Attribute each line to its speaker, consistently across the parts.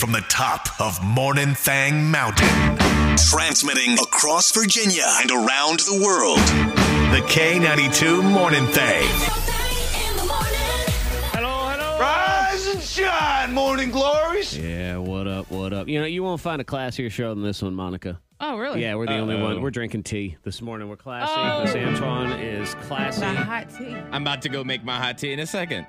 Speaker 1: From the top of Morning Thang Mountain, transmitting across Virginia and around the world. The K92 Morning Thang.
Speaker 2: Hello, hello.
Speaker 3: Rise and shine, morning glories.
Speaker 2: Yeah, what up, what up? You know, you won't find a classier show than this one, Monica.
Speaker 4: Oh, really?
Speaker 2: Yeah, we're the only one. We're drinking tea this morning. We're classy.
Speaker 4: Oh.
Speaker 2: Miss Antoine is classy.
Speaker 4: The hot tea.
Speaker 5: I'm about to go make my hot tea in a second.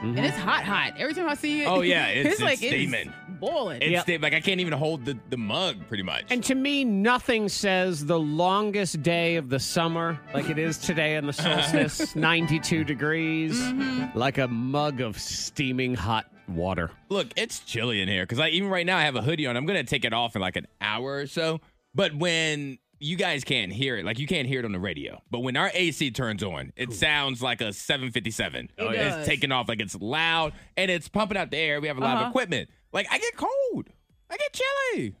Speaker 4: And it's hot, hot. Every time I see it.
Speaker 5: Oh, yeah, it's- it's
Speaker 4: like
Speaker 5: steaming.
Speaker 4: it's boiling.
Speaker 5: It's
Speaker 2: Yep.
Speaker 5: th- like I can't even hold the, the mug pretty much.
Speaker 2: And to me, nothing says the longest day of the summer like it is today in the solstice, 92 degrees,
Speaker 4: Mm-hmm.
Speaker 2: like a mug of steaming hot water.
Speaker 5: Look, it's chilly in here because I even right now I have a hoodie on. I'm gonna take it off in like an hour or so. But when you guys can't hear it, like you can't hear it on the radio. But when our AC turns on, it sounds like a 757.
Speaker 4: It
Speaker 5: it's
Speaker 4: does.
Speaker 5: taking off like it's loud and it's pumping out the air. We have a lot of
Speaker 4: Uh-huh.
Speaker 5: equipment. Like I get cold. I get chilly.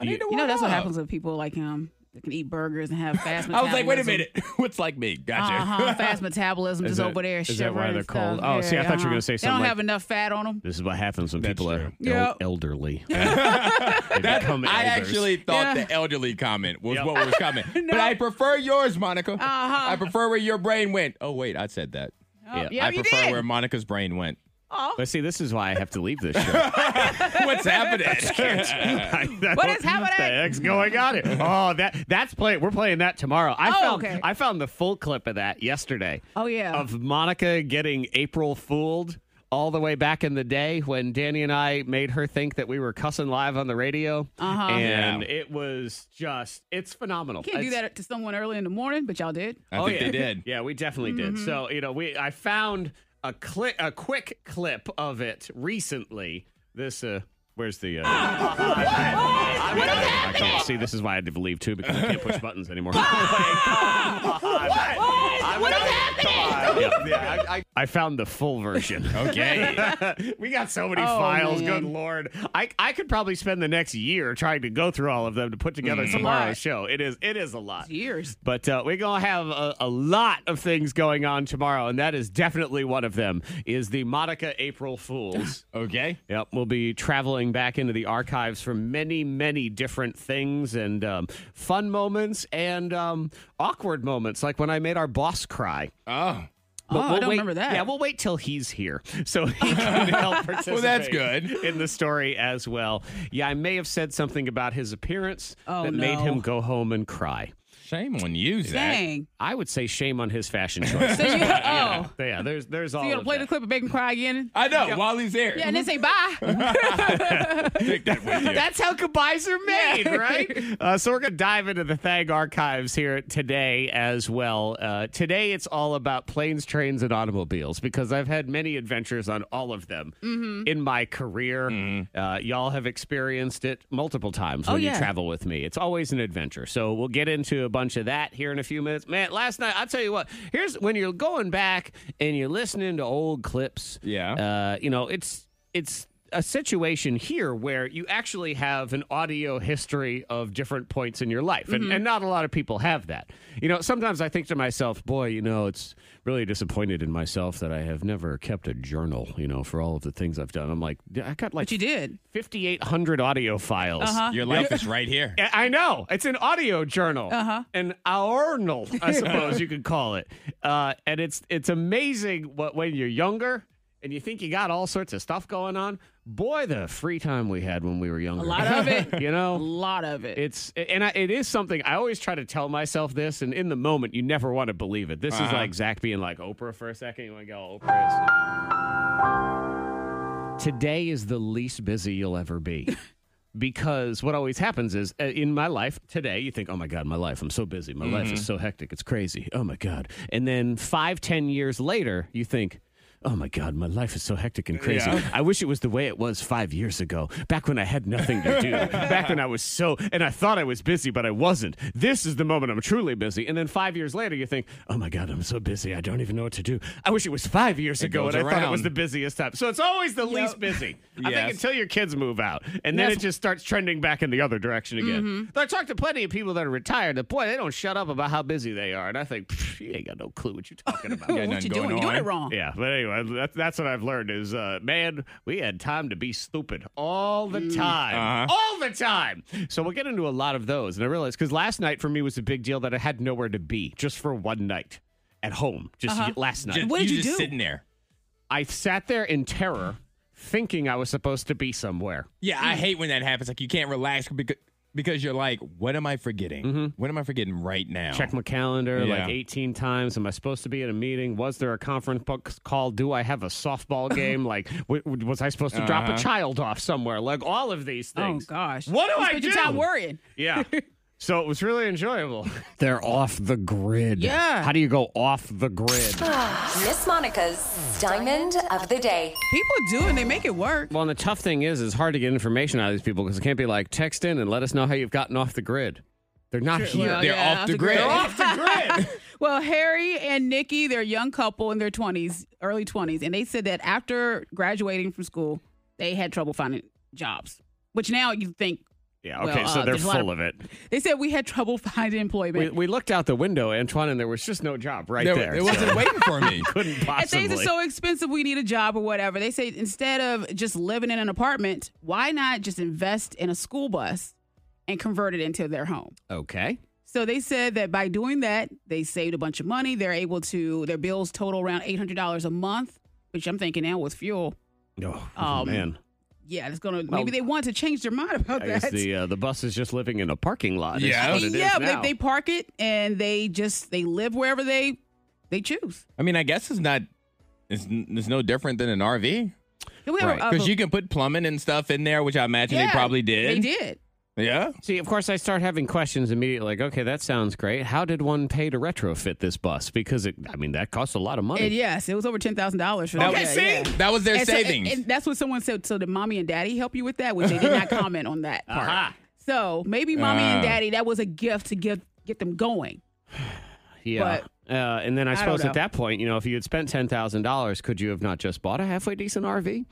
Speaker 5: I need to
Speaker 4: You know,
Speaker 5: warm
Speaker 4: that's what
Speaker 5: up.
Speaker 4: happens with people like him that can eat burgers and have fast
Speaker 5: I was
Speaker 4: metabolism.
Speaker 5: like, wait a minute. What's like me? Gotcha.
Speaker 4: Uh-huh, fast metabolism
Speaker 2: Is
Speaker 4: just
Speaker 2: that-
Speaker 4: over there
Speaker 2: is that
Speaker 4: shivering
Speaker 2: why they're
Speaker 4: and
Speaker 2: cold?
Speaker 4: stuff.
Speaker 2: Oh, see, I thought you were
Speaker 4: uh-huh.
Speaker 2: gonna say
Speaker 4: They
Speaker 2: something
Speaker 4: don't
Speaker 2: like-
Speaker 4: have enough fat on them.
Speaker 2: This is what happens when
Speaker 5: That's
Speaker 2: people are
Speaker 5: true.
Speaker 2: el-
Speaker 4: Yep.
Speaker 2: elderly.
Speaker 5: That-
Speaker 2: become
Speaker 5: I
Speaker 2: elders.
Speaker 5: actually thought
Speaker 4: Yeah.
Speaker 5: the elderly comment was
Speaker 2: Yep.
Speaker 5: what was coming. But I prefer yours, Monica.
Speaker 4: Uh-huh.
Speaker 5: I prefer where your brain went. Oh, wait, I said that.
Speaker 4: Oh,
Speaker 2: Yeah.
Speaker 4: yeah,
Speaker 5: I
Speaker 4: you
Speaker 5: prefer
Speaker 4: did.
Speaker 5: where Monica's brain went.
Speaker 4: Oh.
Speaker 2: But see, this is why I have to leave this show.
Speaker 5: What's happening?
Speaker 2: what
Speaker 4: What is happening?
Speaker 2: The heck's going on? Here? Oh, that that's play. We're playing that tomorrow. I
Speaker 4: Oh,
Speaker 2: found
Speaker 4: okay.
Speaker 2: I found the full clip of that yesterday.
Speaker 4: Oh, yeah.
Speaker 2: Of Monica getting April fooled all the way back in the day when Danny and I made her think that we were cussing live on the radio,
Speaker 4: Uh-huh.
Speaker 2: and
Speaker 5: Yeah.
Speaker 2: it was just it's phenomenal.
Speaker 4: Can't do
Speaker 2: It's-
Speaker 4: that to someone early in the morning, but y'all did.
Speaker 5: I think
Speaker 2: Oh, yeah.
Speaker 5: they did.
Speaker 2: Yeah, we definitely
Speaker 4: Mm-hmm.
Speaker 2: did. So you know, we I found a clip, a quick clip of it recently. This uh, where's the? Uh, I, mean, I, I can't see. This is why I had to leave too because I can't push buttons anymore.
Speaker 4: Oh,
Speaker 2: Yeah, yeah, I, I- I found the full version.
Speaker 5: Okay.
Speaker 2: we got so many
Speaker 4: Oh,
Speaker 2: files.
Speaker 4: man.
Speaker 2: Good lord, I I could probably spend the next year trying to go through all of them to put together tomorrow's
Speaker 4: Mm. lot.
Speaker 2: show. It is it is a lot.
Speaker 4: Years.
Speaker 2: But uh, we're gonna have a, a lot of things going on tomorrow, and that is definitely one of them. Is the Monica April Fools?
Speaker 5: okay.
Speaker 2: yep, we'll be traveling back into the archives for many, many different things and um, fun moments and um, awkward moments, like when I made our boss cry.
Speaker 5: Oh.
Speaker 2: But
Speaker 4: Oh, I don't
Speaker 2: wait,
Speaker 4: remember that.
Speaker 2: Yeah, we'll wait till he's here so he can help participate.
Speaker 5: Well, that's good.
Speaker 2: in the story as well. Yeah, I may have said something about his appearance
Speaker 4: Oh,
Speaker 2: that made
Speaker 4: no.
Speaker 2: him go home and cry.
Speaker 5: Shame on you, Zach.
Speaker 4: Dang.
Speaker 2: I would say shame on his fashion choice.
Speaker 4: So you, oh.
Speaker 2: So, yeah, there's there's all.
Speaker 4: So you gonna
Speaker 2: of
Speaker 4: play the
Speaker 2: that.
Speaker 4: clip and make him cry again?
Speaker 5: I know. While he's there.
Speaker 4: Yeah, and then say
Speaker 2: Uh-huh.
Speaker 4: bye.
Speaker 5: Take that with you.
Speaker 2: That's how goodbyes are made, right? Uh, so we're gonna dive into the Thag archives here today as well. Uh, today it's all about planes, trains, and automobiles because I've had many adventures on all of them
Speaker 4: Mm-hmm.
Speaker 2: in my career. Uh, y'all have experienced it multiple times when you
Speaker 4: Oh, yeah.
Speaker 2: travel with me. It's always an adventure. So we'll get into a bunch of that here in a few minutes. Man, last night I'll tell you what. Here's when you're going back and you're listening to old clips.
Speaker 5: Yeah.
Speaker 2: uh, you know, it's it's a situation here where you actually have an audio history of different points in your life,
Speaker 4: Mm-hmm.
Speaker 2: and, and not a lot of people have that. You know, sometimes I think to myself, boy, you know, it's really disappointed in myself that I have never kept a journal. You know, for all of the things I've done, I'm like, I got like
Speaker 4: but you Uh-huh. did.
Speaker 2: 5,800 audio files.
Speaker 5: Your life is right here.
Speaker 2: I- I know. It's an audio journal, uh-huh. an journal, I suppose you could call it. Uh, and it's it's amazing what when you're younger and you think you got all sorts of stuff going on. Boy, the free time we had when we were younger.
Speaker 4: A lot of it.
Speaker 2: you
Speaker 4: A
Speaker 2: know.
Speaker 4: lot of it.
Speaker 2: It's and I, it is something I always try to tell myself this, and in the moment you never want to believe it. This is
Speaker 5: Uh-huh.
Speaker 2: like Zach being like Oprah for a second. You want to go Oprah? is- Today is the least busy you'll ever be. Because what always happens is uh, in my life today, you think, oh my God, my life, I'm so busy.
Speaker 5: Mm-hmm.
Speaker 2: My life is so hectic. It's crazy. Oh my God. And then five, ten years later, you think, oh my God, my life is so hectic and crazy.
Speaker 5: Yeah.
Speaker 2: I wish it was the way it was five years ago, back when I had nothing to do, back when I was so, and I thought I was busy, but I wasn't. This is the moment I'm truly busy. And then five years later, you think, oh my God, I'm so busy. I don't even know what to do. I wish it was five years ago
Speaker 5: goes
Speaker 2: and I thought it was
Speaker 5: around.
Speaker 2: the busiest time. So it's always the least busy. I think
Speaker 5: Yes.
Speaker 2: until your kids move out, and then it just starts trending back in the other direction again. But I talked to plenty of people that are retired. That boy, they don't shut up about how busy they are, and I think "Pfft, you ain't got no clue what you're talking about.
Speaker 5: Got
Speaker 4: What
Speaker 5: nothing
Speaker 4: you doing?
Speaker 5: going
Speaker 4: You're doing it
Speaker 5: on.
Speaker 4: wrong.
Speaker 2: yeah, but anyway, that, that's what I've learned is, uh, man, we had time to be stupid all the time, all the time. So we'll get into a lot of those, and I realized because last night for me was a big deal that I had nowhere to be just for one night at home, just y- last night.
Speaker 5: Just-
Speaker 4: What did you
Speaker 5: just
Speaker 4: do?
Speaker 5: Sitting there.
Speaker 2: I sat there in terror, thinking I was supposed to be somewhere.
Speaker 5: Yeah,
Speaker 4: Hmm.
Speaker 5: I hate when that happens. Like you can't relax because because you're like, what am I forgetting? What am I forgetting right now?
Speaker 2: Mm-hmm. Check my calendar
Speaker 5: Yeah.
Speaker 2: like 18 times. Am I supposed to be at a meeting? Was there a conference book call? Do I have a softball game? like, w- w- was I supposed to drop a child off somewhere? Like, all of these
Speaker 4: Oh
Speaker 2: things.
Speaker 4: gosh.
Speaker 2: What do
Speaker 4: These
Speaker 2: I
Speaker 4: bitches
Speaker 2: do?
Speaker 4: Out worrying.
Speaker 2: Yeah. So it was really enjoyable. They're off the grid.
Speaker 4: Yeah.
Speaker 2: How do you go off the grid?
Speaker 6: Miss Monica's Diamond of the Day.
Speaker 4: People do, and they make it work.
Speaker 2: well, and the tough thing is, it's hard to get information out of these people because it can't be like text in and let us know how you've gotten off the grid. They're not here.
Speaker 4: Well,
Speaker 5: They're
Speaker 4: yeah,
Speaker 5: off
Speaker 4: off
Speaker 5: the
Speaker 4: the
Speaker 5: grid.
Speaker 4: grid.
Speaker 2: off the grid.
Speaker 4: Well, Harry and Nikki, they're a young couple in their 20s, early 20s, and they said that after graduating from school, they had trouble finding jobs, which now you think.
Speaker 2: Yeah.
Speaker 4: Well,
Speaker 2: Okay. so
Speaker 4: uh,
Speaker 2: they're
Speaker 4: there's a lot
Speaker 2: full of,
Speaker 4: of-
Speaker 2: it.
Speaker 4: They said we had trouble finding
Speaker 2: We,
Speaker 4: employment.
Speaker 2: we looked out the window, Antoine, and there was just no job right
Speaker 5: there,
Speaker 2: there.
Speaker 5: it
Speaker 2: so
Speaker 5: wasn't waiting for me.
Speaker 2: couldn't
Speaker 4: and
Speaker 2: possibly.
Speaker 4: things are so expensive, we need a job or whatever. They say instead of just living in an apartment, why not just invest in a school bus and convert it into their home?
Speaker 2: okay.
Speaker 4: So they said that by doing that, they saved a bunch of money. They're able to, their bills total around $800 a month, which I'm thinking now with fuel.
Speaker 2: Oh,
Speaker 4: Um,
Speaker 2: man.
Speaker 4: Yeah, it's gonna.
Speaker 2: Well,
Speaker 4: maybe they want to change their mind about
Speaker 2: I guess
Speaker 4: that.
Speaker 2: the uh, the bus is just living in a parking lot. is
Speaker 5: Yeah.
Speaker 2: what it is
Speaker 4: yeah, but
Speaker 2: now.
Speaker 4: they, they park it and they just they live wherever they they choose.
Speaker 5: I mean, I guess it's not. It's, n- it's no different than an RV
Speaker 4: And we have a-
Speaker 2: Right,
Speaker 4: Oh, a-
Speaker 5: because you can put plumbing and stuff in there, which I imagine
Speaker 4: yeah,
Speaker 5: they probably
Speaker 4: They
Speaker 5: did.
Speaker 4: did.
Speaker 5: Yeah.
Speaker 2: See, of course, I start having questions immediately. Like, okay, that sounds great. How did one pay to retrofit this bus? Because it, I mean, that costs a lot of money.
Speaker 4: And yes, it was over ten thousand dollars for
Speaker 5: That
Speaker 4: that.
Speaker 5: was,
Speaker 4: Yeah, yeah.
Speaker 5: that was their
Speaker 4: And so-
Speaker 5: savings.
Speaker 4: and, and that's what someone said. So did mommy and daddy help you with that? Which they did not comment on that part.
Speaker 2: Aha.
Speaker 4: So maybe mommy and
Speaker 2: Uh.
Speaker 5: Ah.
Speaker 4: daddy that was a gift to get get them going.
Speaker 2: yeah. uh, and then I
Speaker 4: don't
Speaker 2: suppose
Speaker 4: know.
Speaker 2: at that point, you know, if you had spent ten thousand dollars, could you have not just bought a halfway decent RV?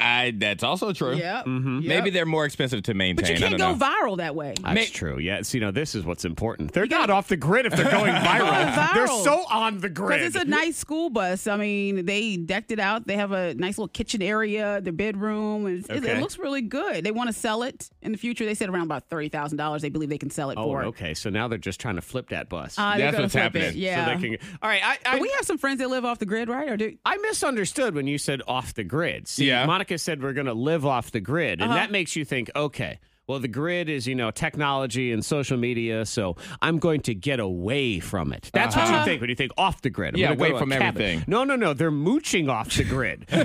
Speaker 5: I, that's also true.
Speaker 4: Yeah.
Speaker 5: Maybe they're more expensive to maintain.
Speaker 4: But you
Speaker 5: I
Speaker 4: can't go
Speaker 5: don't know.
Speaker 4: viral that way.
Speaker 2: That's
Speaker 5: May-
Speaker 2: true. Yeah. See, now this is what's important. They're
Speaker 4: gotta-
Speaker 2: not off the grid if they're going viral.
Speaker 4: Going
Speaker 2: They're
Speaker 4: viral.
Speaker 2: so on the grid.
Speaker 4: Because it's a nice school bus. I mean, they decked it out. They have a nice little kitchen area, their bedroom. and It's, it,
Speaker 2: Okay.
Speaker 4: it looks really good. They want to sell it in the future. They said around about thirty thousand dollars. They believe they can sell it
Speaker 2: oh,
Speaker 4: for.
Speaker 2: okay. So now they're just trying to flip that bus.
Speaker 4: Uh, they're
Speaker 5: That's
Speaker 4: gonna
Speaker 5: what's
Speaker 4: flip
Speaker 5: happening.
Speaker 4: It.
Speaker 5: So
Speaker 4: Yeah.
Speaker 2: So they can. All right. I, I,
Speaker 4: But we have some friends that live off the grid, right? Or do
Speaker 2: I misunderstood when you said off the grid. See,
Speaker 5: Yeah. Uh-huh.
Speaker 2: Monica said we're going to live off the grid, and that makes you think, okay, well, the grid is you know technology and social media, so I'm going to get away from it. That's what you think when you think off the grid. I'm
Speaker 5: Uh-huh. Yeah,
Speaker 2: gonna go
Speaker 5: away
Speaker 2: to a
Speaker 5: from
Speaker 2: cabin.
Speaker 5: everything.
Speaker 2: No, no, no. They're mooching off the grid. Okay,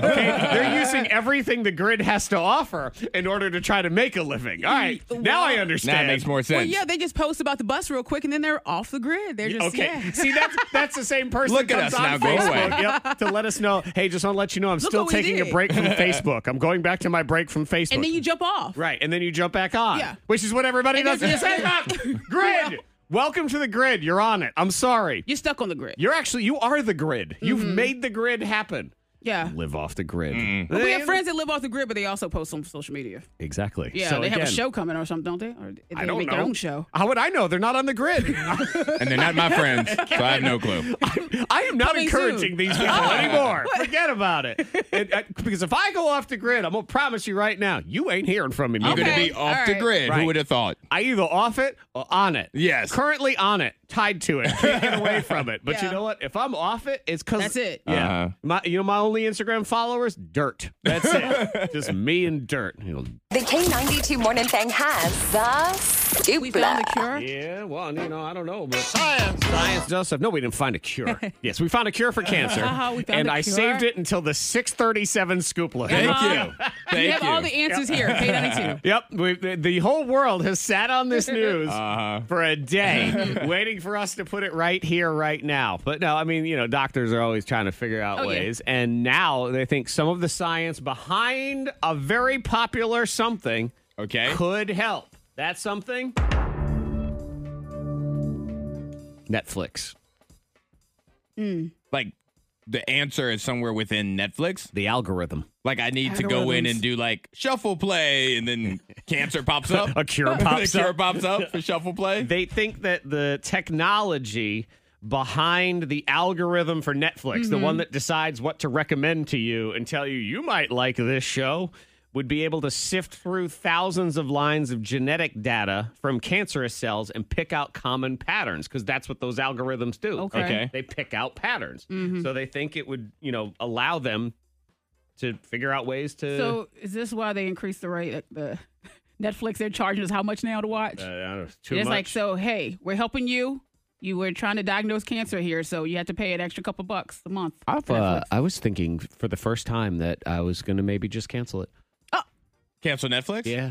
Speaker 2: they're using everything the grid has to offer in order to try to make a living. All right, now I understand.
Speaker 5: Now it makes more sense.
Speaker 4: well, yeah, they just post about the bus real quick, and then they're off the grid. They're just
Speaker 2: Okay.
Speaker 4: yeah.
Speaker 2: See, that's that's the same person.
Speaker 5: Look at
Speaker 2: that comes
Speaker 5: us now,
Speaker 2: on
Speaker 5: go
Speaker 2: Facebook,
Speaker 5: away.
Speaker 2: Yep. To let us know. Hey, just want to let you know, I'm still
Speaker 4: what we
Speaker 2: taking a
Speaker 4: did."
Speaker 2: break from Facebook. I'm going back to my break from Facebook.
Speaker 4: and then you jump off.
Speaker 2: right, and then you jump back on.
Speaker 4: Yeah.
Speaker 2: Which is what everybody
Speaker 4: And
Speaker 2: does.
Speaker 4: then-
Speaker 2: Just hang up. Grid. Welcome to the grid. You're on it. I'm sorry.
Speaker 4: You're stuck on the grid.
Speaker 2: You're actually you are the grid. You've
Speaker 4: Mm-hmm.
Speaker 2: made the grid happen.
Speaker 4: Yeah.
Speaker 2: Live off the grid.
Speaker 5: Mm-hmm.
Speaker 4: But we have friends that live off the grid, but they also post on social media.
Speaker 2: Exactly.
Speaker 4: Yeah,
Speaker 2: So
Speaker 4: they have a
Speaker 2: again,
Speaker 4: show coming or something, don't they? Or they
Speaker 2: I don't
Speaker 4: make
Speaker 2: know.
Speaker 4: their own show.
Speaker 2: How would I know? They're not on the grid.
Speaker 5: and they're not my friends, so I have no clue.
Speaker 2: I am not
Speaker 4: Coming
Speaker 2: encouraging
Speaker 4: soon.
Speaker 2: these
Speaker 4: Ah.
Speaker 2: people anymore. Forget about it. It- I- because if I go off the grid, I'm gonna promise you right now, you ain't hearing from me.
Speaker 5: You're
Speaker 2: man.
Speaker 5: going
Speaker 4: Okay.
Speaker 5: to be off
Speaker 4: all
Speaker 5: the
Speaker 4: right.
Speaker 5: grid.
Speaker 2: Right.
Speaker 5: Who would have thought?
Speaker 2: I either off it or on it.
Speaker 5: Yes.
Speaker 2: Currently on it, tied to it, can't get away from it. But you
Speaker 4: Yeah.
Speaker 2: know what? If I'm off it, it's because
Speaker 4: That's it.
Speaker 2: Yeah.
Speaker 5: Uh-huh.
Speaker 2: My, you know, my only Instagram followers, dirt. That's it. Just me and dirt. You know,
Speaker 6: The K92 Morning Thing has the
Speaker 4: We found the cure.
Speaker 2: Yeah, well, you know, I don't know, but science, science does stuff. No, we didn't find a cure. yes, we found a cure for cancer,
Speaker 4: Uh-huh, We found
Speaker 2: and
Speaker 4: a
Speaker 2: I
Speaker 4: cure.
Speaker 2: saved it until the 6:37 scoop load.
Speaker 5: Thank you.
Speaker 4: We
Speaker 5: Thank
Speaker 4: Uh-huh. have
Speaker 5: you.
Speaker 4: all the answers here. K ninety two.
Speaker 2: Yep, we, the, the whole world has sat on this news for a day, waiting for us to put it right here, right now. But no, I mean, you know, doctors are always trying to figure out
Speaker 4: Oh, yeah.
Speaker 2: ways, and now they think some of the science behind a very popular something
Speaker 5: okay.
Speaker 2: could help. That's something. Netflix.
Speaker 5: Like the answer is somewhere within Netflix.
Speaker 2: The algorithm.
Speaker 5: Like I need to go in and do like shuffle play, and then cancer pops up.
Speaker 2: A cure pops
Speaker 5: the cure
Speaker 2: up.
Speaker 5: pops up for shuffle play.
Speaker 2: They think that the technology behind the algorithm for Netflix, the
Speaker 4: Mm-hmm.
Speaker 2: one that decides what to recommend to you and tell you you might like this show, would be able to sift through thousands of lines of genetic data from cancerous cells and pick out common patterns because that's what those algorithms do.
Speaker 4: Okay. Mm-hmm.
Speaker 5: Okay.
Speaker 2: They pick out patterns. So they think it would, you know, allow them to figure out ways to
Speaker 4: So is this why they increased the rate at the Netflix? They're charging us how much now to watch?
Speaker 2: uh, I don't know, it's too
Speaker 4: it's
Speaker 2: much.
Speaker 4: like so. Hey, we're helping you. You were trying to diagnose cancer here, so you have to pay an extra couple bucks a month.
Speaker 2: I've, uh, I was thinking for the first time that I was going to maybe just cancel it.
Speaker 5: Cancel Netflix?
Speaker 2: Yeah.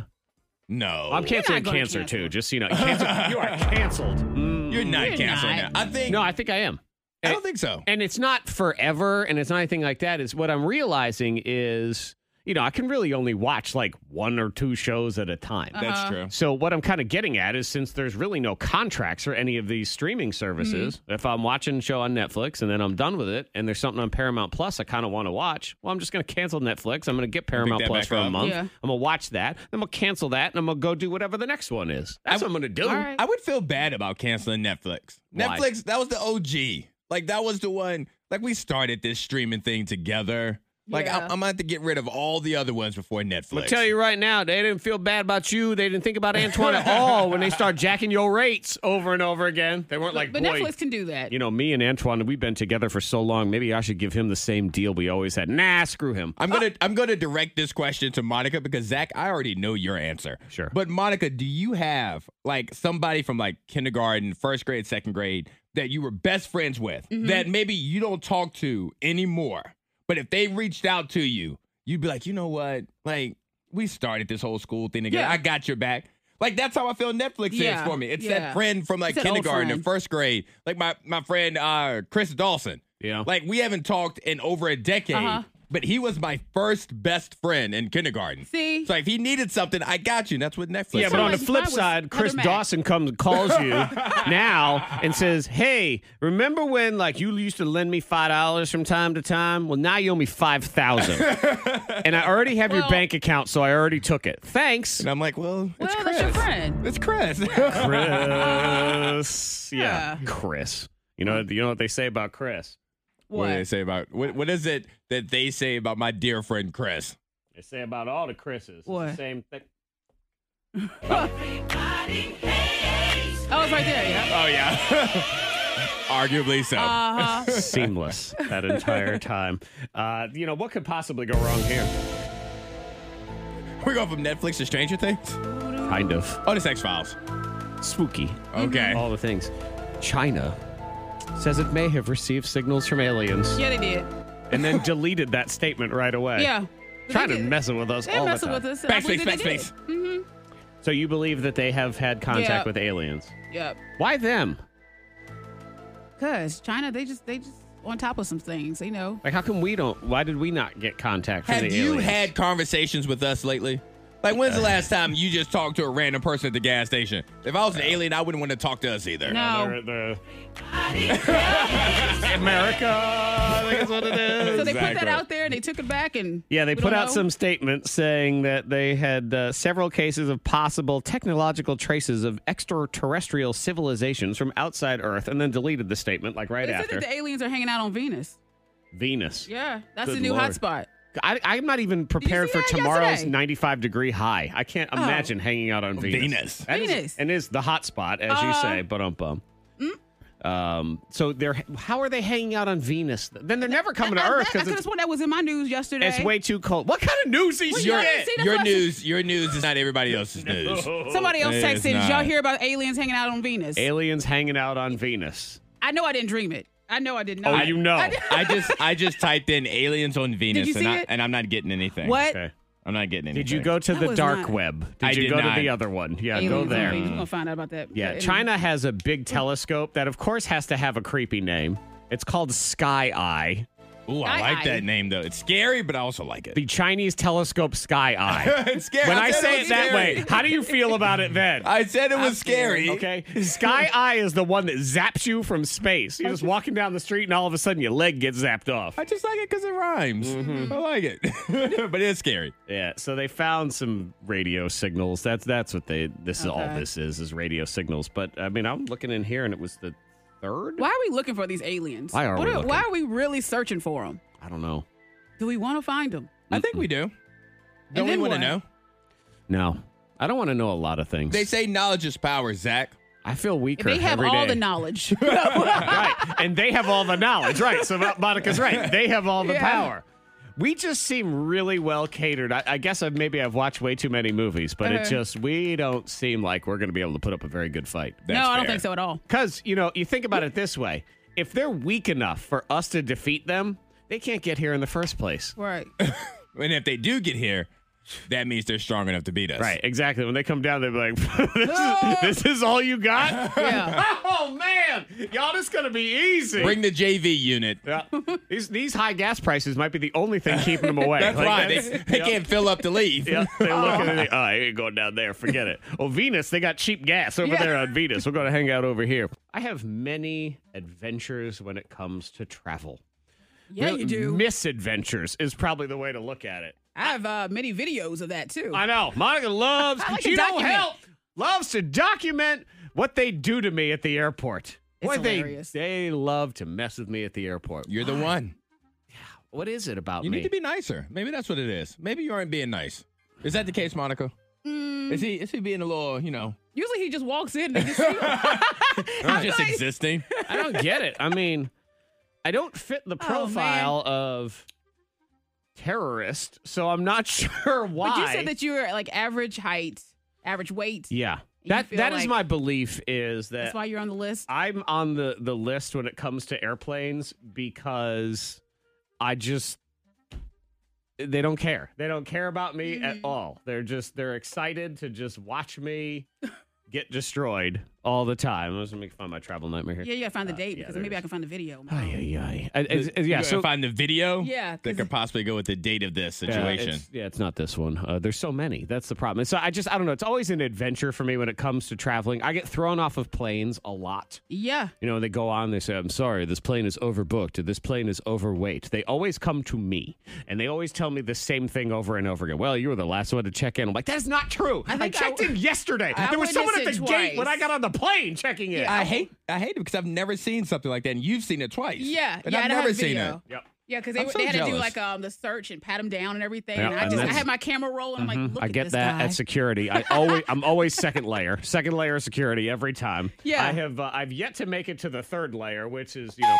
Speaker 5: No.
Speaker 2: I'm canceling
Speaker 4: not gonna
Speaker 2: cancer
Speaker 4: cancel.
Speaker 2: too, just so you know. Cancel, you are canceled. Mm.
Speaker 5: You're not
Speaker 4: You're
Speaker 5: canceling
Speaker 4: not.
Speaker 5: that. I think.
Speaker 2: No, I think I am.
Speaker 5: I don't think so.
Speaker 2: And it's not forever and it's not anything like that. Is what I'm realizing is, you know, I can really only watch like one or two shows at a time.
Speaker 4: Uh-uh.
Speaker 5: That's true.
Speaker 2: So what I'm kind of getting at is since there's really no contracts for any of these streaming services,
Speaker 5: Mm-hmm.
Speaker 2: if I'm watching a show on Netflix and then I'm done with it and there's something on Paramount Plus I kind of want to watch, well I'm just going to cancel Netflix. I'm going to get Paramount
Speaker 5: that
Speaker 2: Plus
Speaker 5: back
Speaker 2: for a
Speaker 5: up.
Speaker 2: month.
Speaker 4: Yeah.
Speaker 2: I'm going to watch that. Then I'm going to cancel that and I'm going to go do whatever the next one is. That's what I'm going to do.
Speaker 4: All right.
Speaker 5: I would feel bad about canceling Netflix.
Speaker 2: Why?
Speaker 5: Netflix, that was the OG. Like that was the one. Like we started this streaming thing together. Like
Speaker 4: Yeah.
Speaker 5: I'm, I'm gonna have to get rid of all the other ones before Netflix.
Speaker 2: I'm gonna tell you right now, they didn't feel bad about you. They didn't think about Antoine at all when they start jacking your rates over and over again. They weren't like,
Speaker 4: but
Speaker 2: boy,
Speaker 4: Netflix can do that.
Speaker 2: you know, me and Antoine, we've been together for so long. Maybe I should give him the same deal we always had. Nah, screw him.
Speaker 5: I'm gonna I'm gonna direct this question to Monica because Zach, I already know your answer.
Speaker 2: Sure.
Speaker 5: But Monica, do you have like somebody from like kindergarten, first grade, second grade that you were best friends with
Speaker 4: Mm-hmm.
Speaker 5: that maybe you don't talk to anymore? But if they reached out to you, you'd be like, you know what? Like, we started this whole school thing together.
Speaker 4: Yeah.
Speaker 5: I got your back. Like that's how I feel Netflix
Speaker 4: Yeah,
Speaker 5: is for me. It's
Speaker 4: yeah.
Speaker 5: that friend from like
Speaker 4: It's that old
Speaker 5: kindergarten and
Speaker 4: friend.
Speaker 5: first grade. Like my my friend uh Chris Dawson.
Speaker 2: Yeah.
Speaker 5: Like we haven't talked in over a decade,
Speaker 4: Uh-huh.
Speaker 5: but he was my first best friend in kindergarten.
Speaker 4: See?
Speaker 5: so if he needed something, I got you. And that's what Netflix.
Speaker 2: Yeah,
Speaker 5: is.
Speaker 2: but on
Speaker 4: Someone
Speaker 2: the flip
Speaker 4: that was
Speaker 2: side,
Speaker 4: Heather
Speaker 2: Chris
Speaker 4: Mack.
Speaker 2: Dawson comes and calls you now and says, "Hey, remember when like you used to lend me five dollars from time to time? Well, now you owe me five thousand, and I already have your
Speaker 4: Well-
Speaker 2: bank account, so I already took it. Thanks,
Speaker 5: and I'm like, well, it's
Speaker 4: well,
Speaker 5: Chris.
Speaker 4: that's your friend.
Speaker 5: It's Chris.
Speaker 2: Chris. Yeah,
Speaker 4: Yeah.
Speaker 2: Chris. You know, you know what they say about Chris.
Speaker 5: what do they
Speaker 4: What?
Speaker 5: say about what? What is it that they say about my dear friend Chris?
Speaker 2: They say about all the Chris's. It's
Speaker 4: What?
Speaker 2: The same thing.
Speaker 4: Oh, it's right there. Yeah.
Speaker 5: Oh yeah, arguably so.
Speaker 4: Uh huh.
Speaker 2: Seamless that entire time. Uh, you know what could possibly go wrong here?
Speaker 5: We're going from Netflix to Stranger Things.
Speaker 2: Kind of
Speaker 5: Oh, this X Files.
Speaker 2: spooky.
Speaker 5: Okay.
Speaker 2: all the things. China says it may have received signals from aliens
Speaker 4: yeah, they did.
Speaker 2: and then deleted that statement right away.
Speaker 4: Yeah.
Speaker 2: Trying
Speaker 4: They
Speaker 2: to
Speaker 4: did.
Speaker 2: messing with us
Speaker 4: They're
Speaker 2: all the
Speaker 4: messing
Speaker 2: time.
Speaker 4: with us. I
Speaker 5: Backspace,
Speaker 4: believe that they
Speaker 5: backspace.
Speaker 4: did.
Speaker 2: So you believe that they have had contact
Speaker 4: Yeah.
Speaker 2: with aliens?
Speaker 4: Yep.
Speaker 2: Why them?
Speaker 4: Cause China, they just they just on top of some things. You know.
Speaker 2: Like, how come we don't? Why did we not get contact from
Speaker 5: Have
Speaker 2: the
Speaker 5: you
Speaker 2: aliens?
Speaker 5: had conversations with us lately? Like, when's the last time you just talked to a random person at the gas station? If I was an alien, I wouldn't want to talk to us either.
Speaker 4: No.
Speaker 2: the America? I think is what it is.
Speaker 4: So they put that
Speaker 5: Exactly.
Speaker 4: out there and they took it back and
Speaker 2: Yeah, they
Speaker 4: we
Speaker 2: put
Speaker 4: don't
Speaker 2: out
Speaker 4: know.
Speaker 2: some statements saying that they had uh, several cases of possible technological traces of extraterrestrial civilizations from outside Earth, and then deleted the statement like right
Speaker 4: They said
Speaker 2: after
Speaker 4: that the aliens are hanging out on Venus.
Speaker 2: Venus.
Speaker 4: Yeah, that's
Speaker 2: Good
Speaker 4: a new
Speaker 2: Lord.
Speaker 4: hotspot.
Speaker 2: I, I'm not even prepared
Speaker 4: see
Speaker 2: for
Speaker 4: that
Speaker 2: tomorrow's
Speaker 4: yesterday?
Speaker 2: 95 degree high. I can't
Speaker 4: Oh.
Speaker 2: imagine hanging out on Venus.
Speaker 5: Venus.
Speaker 2: That is-
Speaker 4: Venus.
Speaker 2: and is the hot spot, as you
Speaker 4: Uh,
Speaker 2: say, but um bum. Um, so they're how are they hanging out on Venus? Then they're never coming to
Speaker 4: I-
Speaker 2: Earth
Speaker 4: that-
Speaker 2: because
Speaker 4: that's
Speaker 2: it's,
Speaker 4: the one that was in my news yesterday.
Speaker 2: it's way too cold. What kind of news is
Speaker 4: Well,
Speaker 2: your?
Speaker 4: yeah, see, that's what
Speaker 5: Your
Speaker 4: I said.
Speaker 5: news, your news is not everybody else's news.
Speaker 4: Somebody else
Speaker 5: It is
Speaker 4: texted, "Did y'all
Speaker 5: not.
Speaker 4: hear about aliens hanging out on Venus?"
Speaker 2: Aliens hanging out on Venus.
Speaker 4: I know I didn't dream it. I know I did
Speaker 2: Oh,
Speaker 4: not.
Speaker 2: you know.
Speaker 5: I just, I just typed in aliens on Venus,
Speaker 4: you
Speaker 5: and,
Speaker 4: see
Speaker 5: I,
Speaker 4: it?
Speaker 5: and I'm not getting anything.
Speaker 4: What?
Speaker 2: Okay.
Speaker 5: I'm not getting anything.
Speaker 2: Did you go to
Speaker 4: That
Speaker 2: the
Speaker 4: was
Speaker 2: dark
Speaker 4: not-
Speaker 2: web? Did
Speaker 5: I
Speaker 2: you
Speaker 5: did
Speaker 2: go
Speaker 5: not.
Speaker 2: to the other one? Yeah,
Speaker 4: Aliens
Speaker 2: go
Speaker 4: on
Speaker 2: there.
Speaker 4: Venus. We're gonna find out about that.
Speaker 2: Yeah,
Speaker 4: in-
Speaker 2: China has a big telescope that, of course, has to have a creepy name. It's called Sky Eye.
Speaker 5: Ooh, I
Speaker 4: Sky
Speaker 5: like
Speaker 4: Eye.
Speaker 5: that name though. It's scary, but I also like it.
Speaker 2: The Chinese telescope Sky Eye.
Speaker 5: it's scary.
Speaker 2: when I
Speaker 5: said
Speaker 2: say
Speaker 5: was
Speaker 2: it that
Speaker 5: scary.
Speaker 2: way, how do you feel about it then?
Speaker 5: I said it was scary.
Speaker 2: Okay. Sky Eye is the one that zaps you from space. You're just walking down the street and all of a sudden your leg gets zapped off.
Speaker 5: I just like it because it rhymes. I like it, but it's scary.
Speaker 2: Yeah, so they found some radio signals. That's that's what they this is all
Speaker 4: Okay.
Speaker 2: this is is radio signals. But I mean, I'm looking in here and it was the third.
Speaker 4: Why are we looking for these aliens?
Speaker 2: Why are we looking?
Speaker 4: why are we really searching for them?
Speaker 2: I don't know.
Speaker 4: Do we want to find them?
Speaker 5: I think we do. Don't we
Speaker 4: then
Speaker 5: want to
Speaker 4: what?
Speaker 5: know?
Speaker 2: No. I don't want to know a lot of things.
Speaker 5: They say knowledge is power, Zach.
Speaker 2: I feel weaker
Speaker 4: They have
Speaker 2: every
Speaker 4: all
Speaker 2: day.
Speaker 4: the knowledge.
Speaker 2: right. And they have all the knowledge. Right. So Monica's right. They have all the
Speaker 4: Yeah.
Speaker 2: power. We just seem really well catered. I, I guess I've, maybe I've watched way too many movies, but it
Speaker 4: Uh-huh.
Speaker 2: just, we don't seem like we're going to be able to put up a very good fight.
Speaker 4: no, I don't
Speaker 5: fair.
Speaker 4: think so at all.
Speaker 2: Because, you know, you think about it this way if they're weak enough for us to defeat them, they can't get here in the first place.
Speaker 4: Right.
Speaker 5: And if they do get here, that means they're strong enough to beat us.
Speaker 2: Right, exactly. When they come down, they're like, this, is, this is all you got?
Speaker 4: Yeah.
Speaker 2: Oh, man. Y'all, this going to be easy.
Speaker 5: Bring the JV unit.
Speaker 2: Yeah. these these high gas prices might be the only thing keeping them away.
Speaker 5: That's
Speaker 2: Like,
Speaker 5: right. They, they
Speaker 2: yeah.
Speaker 5: can't fill up to leave.
Speaker 2: Yeah, they're looking at it. Oh, I ain't going down there. Forget it. Oh, Venus, they got cheap gas over
Speaker 4: Yeah.
Speaker 2: there on Venus. We're going to hang out over here. I have many adventures when it comes to travel.
Speaker 4: Yeah,
Speaker 2: Really,
Speaker 4: you do.
Speaker 2: Misadventures is probably the way to look at it.
Speaker 4: I have uh, many videos of that too.
Speaker 2: I know. Monica loves,
Speaker 4: I like
Speaker 2: she
Speaker 4: to
Speaker 2: don't
Speaker 4: document.
Speaker 2: help, loves to document what they do to me at the airport.
Speaker 4: It's
Speaker 2: Boy, they,
Speaker 4: hilarious.
Speaker 2: they love to mess with me at the airport.
Speaker 5: You're the one.
Speaker 2: What is it about
Speaker 5: You
Speaker 2: me?
Speaker 5: need to be nicer. Maybe that's what it is. Maybe you aren't being nice. Is that the case, Monica?
Speaker 4: Mm.
Speaker 5: Is he is he being a little, you know,
Speaker 4: Usually he just walks in and just see
Speaker 5: just existing?
Speaker 2: I don't get it. I mean, I don't fit the
Speaker 4: Oh,
Speaker 2: profile of terrorist, so I'm not sure why.
Speaker 4: But you said that you were like average height, average weight.
Speaker 2: yeah,
Speaker 4: You
Speaker 2: that that
Speaker 4: feel
Speaker 2: is
Speaker 4: like-
Speaker 2: my belief is
Speaker 4: That's
Speaker 2: that
Speaker 4: why you're on the list.
Speaker 2: I'm on the the list when it comes to airplanes because I just they don't care. They don't care about me at all. They're just they're excited to just watch me get destroyed all the time. I was gonna make fun of my travel nightmare here.
Speaker 4: Yeah, you gotta find the date
Speaker 2: Uh, yeah,
Speaker 4: because
Speaker 2: there
Speaker 4: maybe
Speaker 2: it
Speaker 4: I can find the video.
Speaker 2: Ay, ay, ay. I- I- yeah,
Speaker 5: You
Speaker 2: so
Speaker 5: gotta find the video
Speaker 4: Yeah,
Speaker 5: that
Speaker 4: 'cause-
Speaker 5: could possibly go with the date of this situation.
Speaker 2: Yeah, it's, yeah, it's not this one. Uh, there's so many. That's the problem. And so I just, I don't know. It's always an adventure for me when it comes to traveling. I get thrown off of planes a lot.
Speaker 4: Yeah.
Speaker 2: You know, they go on, they say, I'm sorry, this plane is overbooked, or this plane is overweight. They always come to me and they always tell me the same thing over and over again. Well, you were the last one to check in. I'm like, that is not true. I,
Speaker 4: think I
Speaker 2: checked in yesterday.
Speaker 4: I
Speaker 2: there was someone at the
Speaker 4: witnessed it
Speaker 2: gate when I
Speaker 4: twice.
Speaker 2: got on the plane checking in.
Speaker 5: I hate I hate it because I've never seen something like that, and you've seen it twice.
Speaker 4: Yeah.
Speaker 5: and
Speaker 4: yeah,
Speaker 5: I've
Speaker 4: and I
Speaker 5: never
Speaker 4: have
Speaker 5: seen
Speaker 4: video.
Speaker 5: it.
Speaker 2: Yep.
Speaker 4: Yeah, because they,
Speaker 5: I'm so
Speaker 4: they had to do
Speaker 5: jealous.
Speaker 4: like um the search and pat him down and everything.
Speaker 2: Yeah,
Speaker 4: and I
Speaker 2: and
Speaker 4: just I
Speaker 2: that's-
Speaker 4: had my camera rolling. I'm like, look
Speaker 2: I
Speaker 4: at
Speaker 2: get
Speaker 4: this
Speaker 2: that
Speaker 4: guy.
Speaker 2: at security. I always, I'm always second layer, second layer of security every time.
Speaker 4: Yeah.
Speaker 2: I have, uh, I've yet to make it to the third layer, which is you know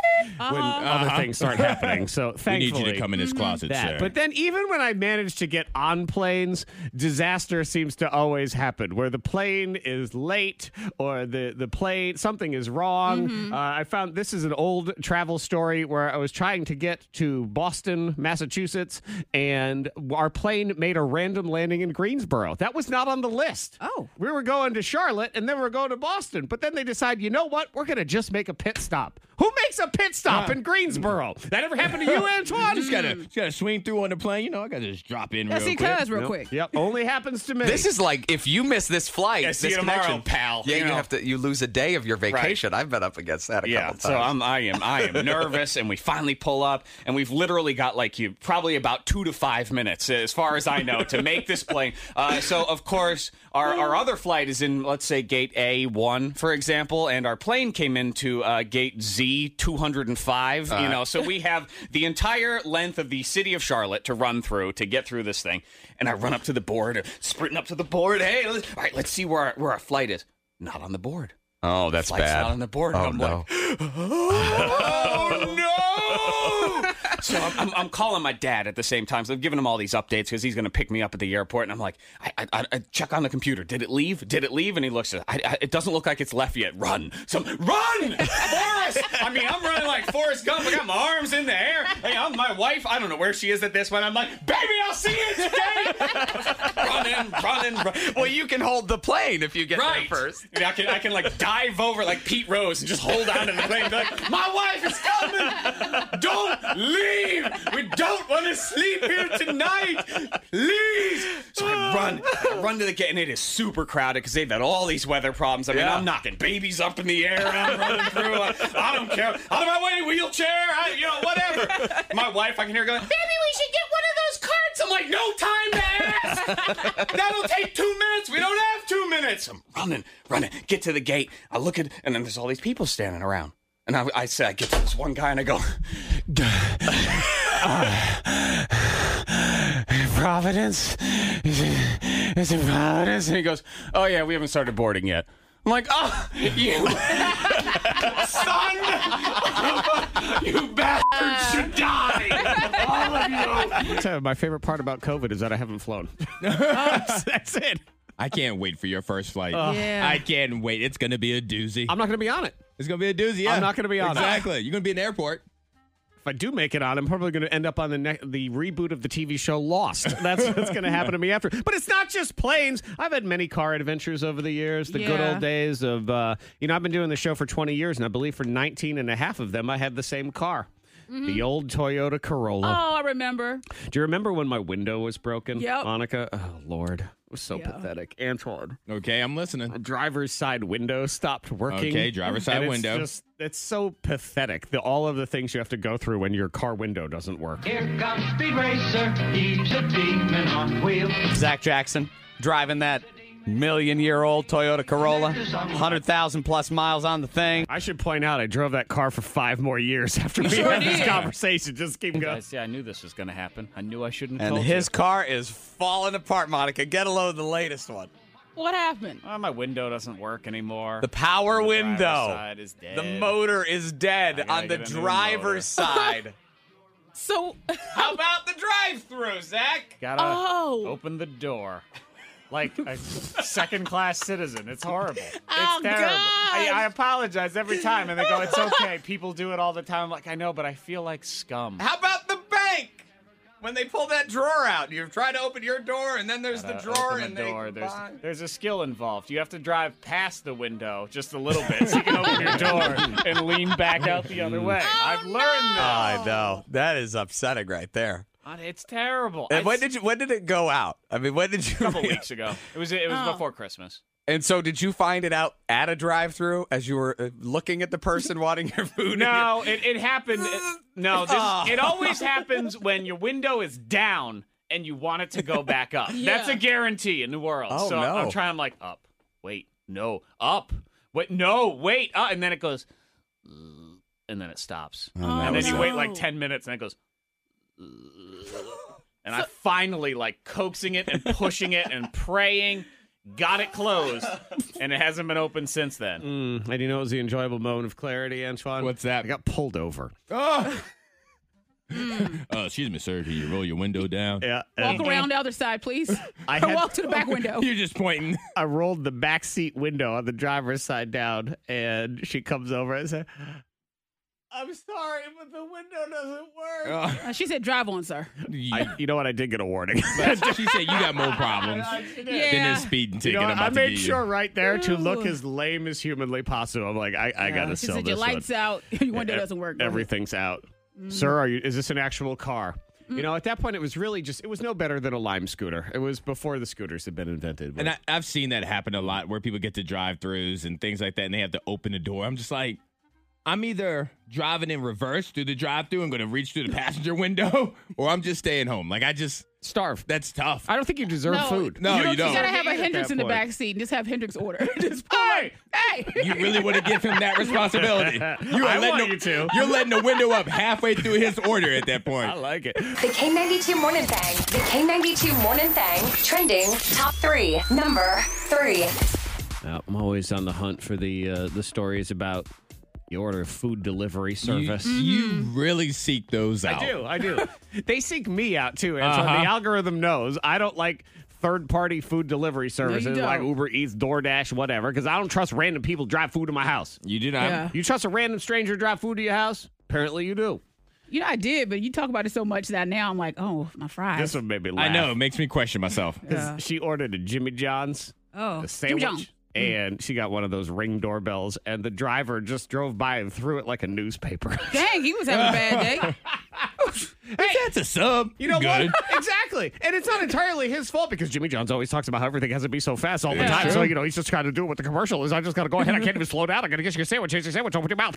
Speaker 2: when other
Speaker 5: Uh-huh.
Speaker 2: things start happening. So
Speaker 5: We
Speaker 2: thankfully,
Speaker 5: need you to come in
Speaker 4: Mm-hmm.
Speaker 5: this closet,
Speaker 2: that.
Speaker 5: sir.
Speaker 2: But then even when I manage to get on planes, disaster seems to always happen where the plane is late or the, the plane, something is wrong. Uh, I found this is an old travel story where I was trying to get to Boston, Massachusetts, and our plane made a random landing in Greensboro. That was not on the list.
Speaker 4: Oh.
Speaker 2: We were going to Charlotte and then we are going to Boston. But then they decide, you know what? We're going to just make a pit stop. Who makes a pit stop in Greensboro? That ever happened to you, Antoine?
Speaker 5: Ah. Just gotta
Speaker 4: Mm.
Speaker 5: just gotta swing through on the plane. You know, I gotta just drop in
Speaker 4: Yeah,
Speaker 5: real
Speaker 4: see,
Speaker 5: quick.
Speaker 4: cuz real
Speaker 2: Nope.
Speaker 4: quick.
Speaker 2: Yep, only happens to me.
Speaker 7: This is like if you miss this flight,
Speaker 2: Yeah, see
Speaker 7: this
Speaker 2: you tomorrow,
Speaker 7: connection,
Speaker 2: pal.
Speaker 7: Yeah,
Speaker 2: You
Speaker 7: you,
Speaker 2: know.
Speaker 7: have to you lose a day of your vacation. I've been up against that a
Speaker 8: Yeah,
Speaker 7: couple times.
Speaker 8: so I'm I am I am nervous, and we finally pull up, and we've literally got like you probably about two to five minutes, as far as I know, to make this plane. Uh, so of course, our our other flight is in let's say gate A one, for example, and our plane came into uh, gate Z two hundred and five.
Speaker 9: Uh-huh.
Speaker 8: You know, so we have the entire length of the city of Charlotte to run through to get through this thing, and I run up to the board, sprinting up to the board. Hey, let's, all right, let's see where our, where our flight is. Not on the board.
Speaker 9: Oh, that's
Speaker 10: Flight's
Speaker 9: bad.
Speaker 10: not on the board.
Speaker 9: Oh
Speaker 10: I'm
Speaker 9: no.
Speaker 10: like, oh no! So I'm, I'm, I'm calling my dad at the same time. So I'm giving him all these updates because he's going to pick me up at the airport. And I'm like, I, I, I I check on the computer. Did it leave? Did it leave? And he looks at it. I, I, it doesn't look like it's left yet. Run! So I'm, run, Forrest! I mean, I'm running like Forrest Gump. I got my arms in the air. Like, I'm, my wife, I don't know where she is at this point. I'm like, baby, I'll see you today. running, running, running.
Speaker 9: Well, you can hold the plane if you get there first.
Speaker 10: I, mean, I can I can like dive over like Pete Rose and just hold on to the plane. and be like, my wife is coming. Don't leave. We don't want to sleep here tonight. Please. So I run, I run to the gate, and it is super crowded because they've had all these weather problems. I mean,
Speaker 9: Yeah.
Speaker 10: I'm knocking babies up in the air, and I'm running through. I, I don't care. Out of my way, wheelchair. I, you know, whatever. My wife, I can hear her going. Baby, we should get one of those carts. I'm like, no time to ask. That'll take two minutes. We don't have two minutes. I'm running, running, get to the gate. I look at, and then there's all these people standing around. And I, I say, I get to this one guy and I go, Providence? Is it, is it Providence? And he goes, Oh, yeah, we haven't started boarding yet. I'm like, Oh, you son! you bastards should die! All of you!
Speaker 2: So my favorite part about COVID is that I haven't flown. That's it.
Speaker 5: I can't wait for your first flight.
Speaker 4: Yeah.
Speaker 5: I can't wait. It's gonna be a doozy.
Speaker 2: I'm not going to be on it.
Speaker 5: it's gonna be a doozy. Yeah.
Speaker 2: I'm not gonna be on it.
Speaker 5: Exactly. You're gonna be in the airport.
Speaker 2: If I do make it on, I'm probably going to end up on the ne- the reboot of the TV show Lost. That's what's going to happen to me after. But it's not just planes. I've had many car adventures over the years. The good
Speaker 4: Yeah.
Speaker 2: old days of uh, you know I've been doing the show for 20 years, and I believe for 19 and a half of them I had the same car, the old Toyota
Speaker 4: Oh,
Speaker 2: Corolla.
Speaker 4: I remember.
Speaker 2: Do you remember when my window was broken,
Speaker 4: Yep.
Speaker 2: Monica? Oh Lord, it was so
Speaker 4: Yeah.
Speaker 2: pathetic. Antoine,
Speaker 5: Okay, I'm listening.
Speaker 2: driver's side window stopped working.
Speaker 5: Okay, driver's side
Speaker 2: And it's
Speaker 5: window.
Speaker 2: Just, it's so pathetic. The, all of the things you have to go through when your car window doesn't work.
Speaker 11: Here comes Speed Racer. He's a demon on wheels.
Speaker 12: Zach Jackson driving that million year old Toyota Corolla, 100,000 plus miles on the thing.
Speaker 2: I should point out I drove that car for five more years after we had this conversation. Just keep going.
Speaker 10: Guys, yeah, I knew this was going to happen. I knew I shouldn't have
Speaker 12: And
Speaker 10: told
Speaker 12: his car is falling apart, Monica. Get a load of the latest one.
Speaker 4: What happened?
Speaker 10: you. Well, my window doesn't work anymore.
Speaker 12: The power
Speaker 10: The driver's
Speaker 12: window.
Speaker 10: side is dead.
Speaker 12: The motor is dead
Speaker 10: I gotta
Speaker 12: on the
Speaker 10: get a new motor.
Speaker 12: driver's side.
Speaker 4: So,
Speaker 12: How about the drive through, Zach?
Speaker 10: Gotta
Speaker 4: Oh.
Speaker 10: open the door. Like a second class citizen. It's horrible. It's
Speaker 4: Oh,
Speaker 10: terrible. I,
Speaker 4: gosh.
Speaker 10: I apologize every time, and they go, It's okay. People do it all the time. I'm like, I know, but I feel like scum.
Speaker 12: How about the bank? When they pull that drawer out, you try to open your door, and then there's Uh, the
Speaker 10: Gotta
Speaker 12: drawer,
Speaker 10: open
Speaker 12: and
Speaker 10: the door.
Speaker 12: they
Speaker 10: There's,
Speaker 12: combine.
Speaker 10: there's a skill involved. You have to drive past the window just a little bit so you can open your door and lean back out the other way.
Speaker 12: Oh,
Speaker 10: I've learned
Speaker 12: I
Speaker 10: Oh.
Speaker 12: know that is upsetting right there.
Speaker 10: that. It's terrible.
Speaker 12: And
Speaker 10: I
Speaker 12: when did you? When did it go out? I mean, when did you?
Speaker 10: couple weeks ago. It was it was
Speaker 12: Oh.
Speaker 10: before Christmas.
Speaker 12: And so, did you find it out at a drive-through as you were uh, looking at the person wanting your food?
Speaker 10: No, it, it happened. it- no,
Speaker 12: Oh.
Speaker 10: this, it always happens when your window is down and you want it to go back up. That's a guarantee in the world.
Speaker 12: Oh,
Speaker 10: so
Speaker 12: no.
Speaker 10: I'm trying. I'm like up. Wait, no, up. Wait, no, wait. Uh, and then it goes, and then it stops. and then you wait
Speaker 4: Oh.
Speaker 10: like ten minutes, and it goes. And I finally like coaxing it and pushing it and praying, got it closed, and it hasn't been open since then.
Speaker 2: Mm, and you know it was the enjoyable moment of clarity, Antoine.
Speaker 5: What's that?
Speaker 2: I got pulled over.
Speaker 5: Uh, excuse me, sir. Can you roll your window down?
Speaker 2: Yeah.
Speaker 4: walk around the other side, please.
Speaker 2: I
Speaker 4: or
Speaker 2: had-
Speaker 4: walk to the back window.
Speaker 5: You're just pointing.
Speaker 2: I rolled the back seat window on the driver's side down, and she comes over and says, "I'm sorry, but the window doesn't work."
Speaker 4: Uh, she said, "Drive on, sir."
Speaker 2: I, you know what? I did get a warning.
Speaker 5: she said you got more problems than
Speaker 4: Yeah.
Speaker 5: this speeding
Speaker 2: You
Speaker 5: ticket.
Speaker 2: know,
Speaker 5: I'm about
Speaker 2: I
Speaker 5: to
Speaker 2: made
Speaker 5: get you.
Speaker 2: sure right there to look
Speaker 4: Ooh.
Speaker 2: as lame as humanly possible. I'm like, I, I gotta
Speaker 4: she
Speaker 2: sell
Speaker 4: said,
Speaker 2: this
Speaker 4: "Your lights
Speaker 2: one.
Speaker 4: out. Your window
Speaker 2: E-
Speaker 4: doesn't work." Mm. Go ahead.
Speaker 2: Everything's out, sir. Are you? Is this an actual car?
Speaker 4: Mm.
Speaker 2: You know, at that point, it was really just—it was no better than a lime scooter. It was before the scooters had been invented.
Speaker 5: And I, I've seen that happen a lot where people get to drive throughs and things like that and they have to open the door. I'm just like, I'm either driving in reverse through the drive through and going to reach through the passenger window or I'm just staying home. Like, I just,
Speaker 2: starved.
Speaker 5: that's tough.
Speaker 2: I don't think you deserve
Speaker 4: No,
Speaker 2: food.
Speaker 5: No, you
Speaker 4: You gotta
Speaker 5: don't.
Speaker 4: have a
Speaker 2: At that
Speaker 4: Hendrix in the
Speaker 2: point.
Speaker 4: back seat and just have Hendrix order. just pull up. Hey,
Speaker 5: You really want to give him that responsibility. You
Speaker 2: I want
Speaker 5: the,
Speaker 2: you to.
Speaker 5: You're letting the window up halfway through his order at that point.
Speaker 2: I like it.
Speaker 13: The K92 Morning Thang. The K92 Morning Thang. Trending top three. Number three.
Speaker 2: Uh, I'm always on the hunt for the uh, the stories about you order a food delivery service.
Speaker 5: You really seek those out.
Speaker 2: Mm-hmm. I do. I do. they seek me out too, Antoine.
Speaker 5: Uh-huh.
Speaker 2: The algorithm knows I don't like third party food delivery services like
Speaker 4: don't.
Speaker 2: Uber Eats, DoorDash, whatever, because I don't trust random people drive food to my house.
Speaker 5: You do not.
Speaker 4: Yeah.
Speaker 2: You trust a random stranger to drive food to your house? Apparently you do.
Speaker 4: You know, I did, but you talk about it so much that now I'm like, oh, my fries.
Speaker 2: This one made me laugh.
Speaker 5: I know. It makes me question myself.
Speaker 4: Yeah.
Speaker 2: She ordered a Jimmy John's. a
Speaker 4: Oh, Jimmy
Speaker 2: sandwich.
Speaker 4: John. Mm.
Speaker 2: And she got one of those ring doorbells, and the driver just drove by and threw it like a newspaper.
Speaker 4: Dang, he was having a bad day.
Speaker 5: That's a sub.
Speaker 2: You know
Speaker 5: Good.
Speaker 2: what? Exactly. And it's not entirely his fault because Jimmy John's always talks about how everything has to be so fast all the time. So, you know, he's just trying to do what the commercial is. I just got to go ahead. I can't even slow down. I got to get you a sandwich. Here's your sandwich. Open your mouth.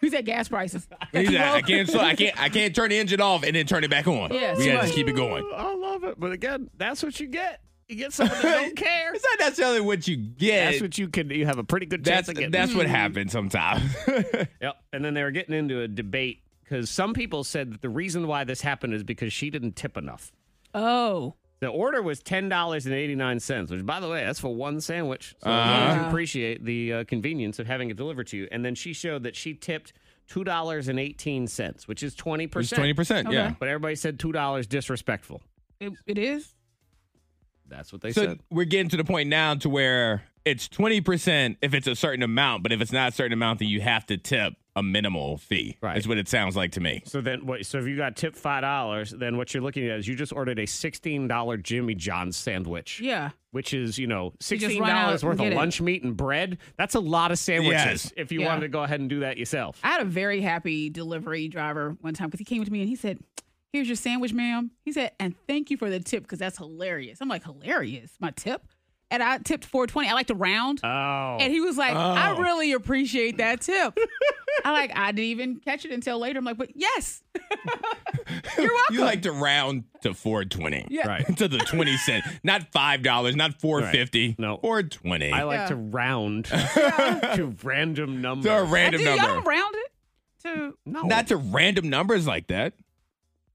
Speaker 4: He's at gas prices.
Speaker 5: He's like, I can't. slow- I can't. I can't turn the engine off and then turn it back on.
Speaker 4: Yeah,
Speaker 5: we
Speaker 4: too
Speaker 5: gotta
Speaker 4: much.
Speaker 5: just keep it going.
Speaker 2: I love it. But again, that's what you get. You get someone that don't care.
Speaker 5: It's not necessarily what you get.
Speaker 2: That's what you can. You have a pretty good
Speaker 5: that's
Speaker 2: chance of getting.
Speaker 5: that's what happens sometimes.
Speaker 2: Yep. And then they were getting into a debate because some people said that the reason why this happened is because she didn't tip enough.
Speaker 4: Oh,
Speaker 2: The order was ten dollars and eighty nine cents, which, by the way, that's for one sandwich. So you
Speaker 5: Uh-huh.
Speaker 2: appreciate the uh, convenience of having it delivered to you. And then she showed that she tipped two dollars and eighteen cents, which is twenty
Speaker 5: It's
Speaker 2: percent.
Speaker 5: twenty percent. Yeah.
Speaker 4: Okay.
Speaker 2: But everybody said two dollars disrespectful.
Speaker 4: it, it is?
Speaker 2: That's what they
Speaker 5: So
Speaker 2: said.
Speaker 5: we're getting to the point now to where it's twenty percent if it's a certain amount, but if it's not a certain amount, then you have to tip a minimal fee.
Speaker 2: Right.
Speaker 5: Is what it sounds like to me.
Speaker 2: So then, what, so if you got tipped five dollars, then what you're looking at is you just ordered a sixteen dollar Jimmy John's sandwich.
Speaker 4: Yeah.
Speaker 2: Which is, you know,
Speaker 4: just run
Speaker 2: sixteen
Speaker 4: out
Speaker 2: dollars
Speaker 4: and
Speaker 2: worth of
Speaker 4: get it.
Speaker 2: lunch meat and bread. That's a lot of sandwiches.
Speaker 5: Yes.
Speaker 2: If you
Speaker 4: Yeah.
Speaker 2: wanted to go ahead and do that yourself,
Speaker 4: I had a very happy delivery driver one time because he came to me and he said, Here's your sandwich, ma'am. He said, and thank you for the tip because that's hilarious. I'm like, hilarious? My tip? And I tipped 420. I like to round.
Speaker 2: oh,
Speaker 4: And he was like, I
Speaker 5: Oh.
Speaker 4: really appreciate that tip. I like, I didn't even catch it until later. I'm like, but yes. You're welcome.
Speaker 5: You like to round to four twenty.
Speaker 4: Yeah.
Speaker 2: Right.
Speaker 5: to the twenty cent. Not five dollars, not four fifty.
Speaker 2: No.
Speaker 5: Four twenty.
Speaker 2: I like
Speaker 4: Yeah.
Speaker 2: to round to random numbers.
Speaker 5: To a
Speaker 4: Do
Speaker 5: random
Speaker 4: y'all
Speaker 5: number.
Speaker 4: round it to
Speaker 2: no,
Speaker 5: Not to random numbers like that.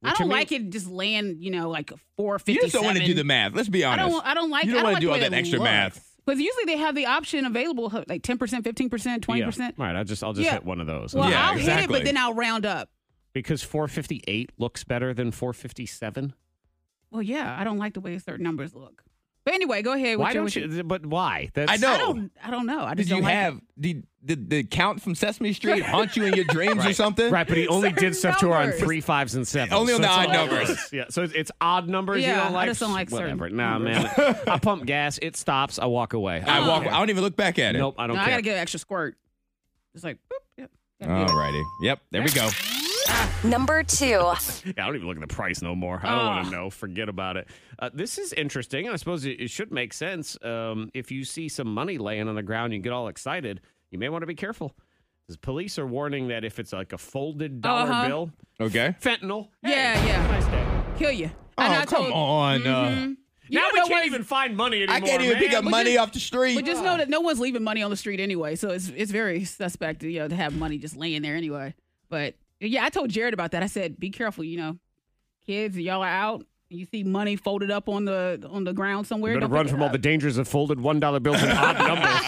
Speaker 4: I
Speaker 2: What
Speaker 4: don't
Speaker 2: you mean?
Speaker 4: like it just land, you know, like four fifty.
Speaker 5: You just don't want to do the math. Let's be
Speaker 4: I
Speaker 5: honest.
Speaker 4: don't. I don't like.
Speaker 5: You don't
Speaker 4: want
Speaker 5: wanna
Speaker 4: to
Speaker 5: do all that extra math.
Speaker 4: Because usually they have the option available, huh, like ten percent, fifteen percent, twenty
Speaker 2: Yeah.
Speaker 4: percent.
Speaker 2: All right, I'll just I'll just
Speaker 4: Yeah.
Speaker 2: hit one of those.
Speaker 4: Well,
Speaker 5: Yeah,
Speaker 4: I'll hit it,
Speaker 5: exactly.
Speaker 4: but then I'll round up.
Speaker 2: because 458 looks better than 457.
Speaker 4: Well, yeah, I don't like the way certain numbers look. But anyway, go ahead.
Speaker 2: Why
Speaker 4: with your-
Speaker 2: don't you? But why? That's,
Speaker 5: I know.
Speaker 4: I don't. I don't know. I
Speaker 5: Did
Speaker 4: just
Speaker 5: you
Speaker 4: don't like
Speaker 5: have
Speaker 4: it.
Speaker 5: the, the the count from Sesame Street haunt you in your dreams or
Speaker 2: Right.
Speaker 5: something?
Speaker 2: Right, but he only
Speaker 4: Certain
Speaker 2: did stuff to her on
Speaker 4: numbers.
Speaker 2: three, fives, and sevens.
Speaker 5: Only on the
Speaker 2: it's
Speaker 5: odd
Speaker 2: all-
Speaker 5: numbers.
Speaker 2: yeah, so it's, it's odd numbers you
Speaker 4: Yeah,
Speaker 2: don't
Speaker 4: I
Speaker 2: like.
Speaker 4: just don't like certain
Speaker 2: Whatever. Nah, man. I pump gas. It stops. I walk away.
Speaker 5: I walk. I don't even look back at it.
Speaker 2: Nope, I don't
Speaker 4: No, I
Speaker 2: care.
Speaker 4: gotta get an extra squirt. It's like, boop, yep. Gotta do it.
Speaker 5: Alrighty. Yep. There we go.
Speaker 6: Number two.
Speaker 2: Yeah, I don't even look at the price no more. I don't
Speaker 4: Ah.
Speaker 2: want to know. Forget about it. Uh, this is interesting, and I suppose it, it should make sense. Um, if you see some money laying on the ground, you get all excited. You may want to be careful. 'Cause Police are warning that if it's like a folded dollar
Speaker 4: Uh-huh.
Speaker 2: bill,
Speaker 5: Okay.
Speaker 2: fentanyl.
Speaker 4: Yeah, yeah.
Speaker 2: Nice day.
Speaker 4: Kill you.
Speaker 5: Oh,
Speaker 4: And I
Speaker 5: come
Speaker 4: told-
Speaker 5: on. Uh,
Speaker 4: You
Speaker 2: now
Speaker 4: don't
Speaker 2: we
Speaker 4: know
Speaker 2: can't
Speaker 4: what-
Speaker 2: even find money anymore.
Speaker 5: I can't even pick
Speaker 2: man.
Speaker 5: up
Speaker 2: But
Speaker 5: money
Speaker 2: just-
Speaker 5: off the street.
Speaker 4: But just know that no one's leaving money on the street anyway, so it's it's very suspect, you know, to have money just laying there anyway. But yeah, I told Jared about that. I said, be careful, you know, kids, y'all are out. and You see money folded up on the on the ground somewhere.
Speaker 2: Better
Speaker 4: don't
Speaker 2: run
Speaker 4: pick it
Speaker 2: from all
Speaker 4: up.
Speaker 2: the dangers of folded one dollar bills and odd numbers.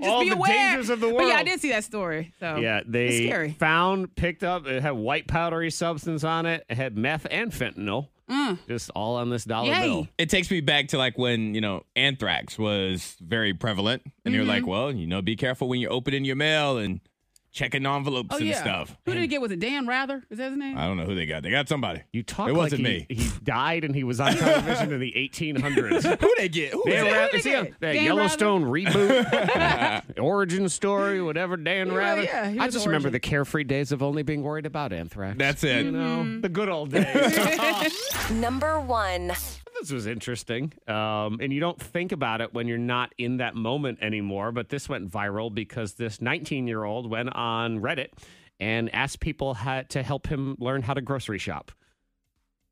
Speaker 4: Just
Speaker 2: all
Speaker 4: be
Speaker 2: the
Speaker 4: aware.
Speaker 2: dangers of the
Speaker 4: But yeah, I
Speaker 2: world.
Speaker 4: did see that story. So
Speaker 2: Yeah,
Speaker 4: it's
Speaker 2: they
Speaker 4: scary.
Speaker 2: found, picked up, it had white powdery substance on it. It had meth and fentanyl,
Speaker 4: Mm.
Speaker 2: just all on this dollar
Speaker 4: Yay.
Speaker 2: bill.
Speaker 5: it takes me back to like when you know anthrax was very prevalent, and you're
Speaker 4: Mm-hmm.
Speaker 5: like, well, you know, be careful when you're opening your mail and checking envelopes
Speaker 4: Oh
Speaker 5: and
Speaker 4: yeah.
Speaker 5: stuff.
Speaker 4: Who did it get? Was it Dan Rather? Is that his name?
Speaker 2: Uh,
Speaker 5: I don't know who they got. They got somebody.
Speaker 2: You talk
Speaker 5: It
Speaker 2: like
Speaker 5: wasn't
Speaker 2: he,
Speaker 5: me.
Speaker 2: he died and he was on television in the 1800s.
Speaker 5: Who they get? Who
Speaker 2: Dan
Speaker 5: was it?
Speaker 2: Rather,
Speaker 4: did
Speaker 2: see
Speaker 4: it?
Speaker 2: him? that
Speaker 4: Dan
Speaker 2: Yellowstone reboot, origin story, whatever. Dan Rather.
Speaker 4: yeah, he
Speaker 2: I
Speaker 4: was
Speaker 2: just remember
Speaker 4: origin.
Speaker 2: the carefree days of only being worried about anthrax.
Speaker 5: That's it.
Speaker 4: Mm-hmm.
Speaker 2: you know the good old days.
Speaker 6: Number one.
Speaker 2: This was interesting. Um, and you don't think about it when you're not in that moment anymore. But this went viral because this 19 year old went on Reddit and asked people how, to help him learn how to grocery shop.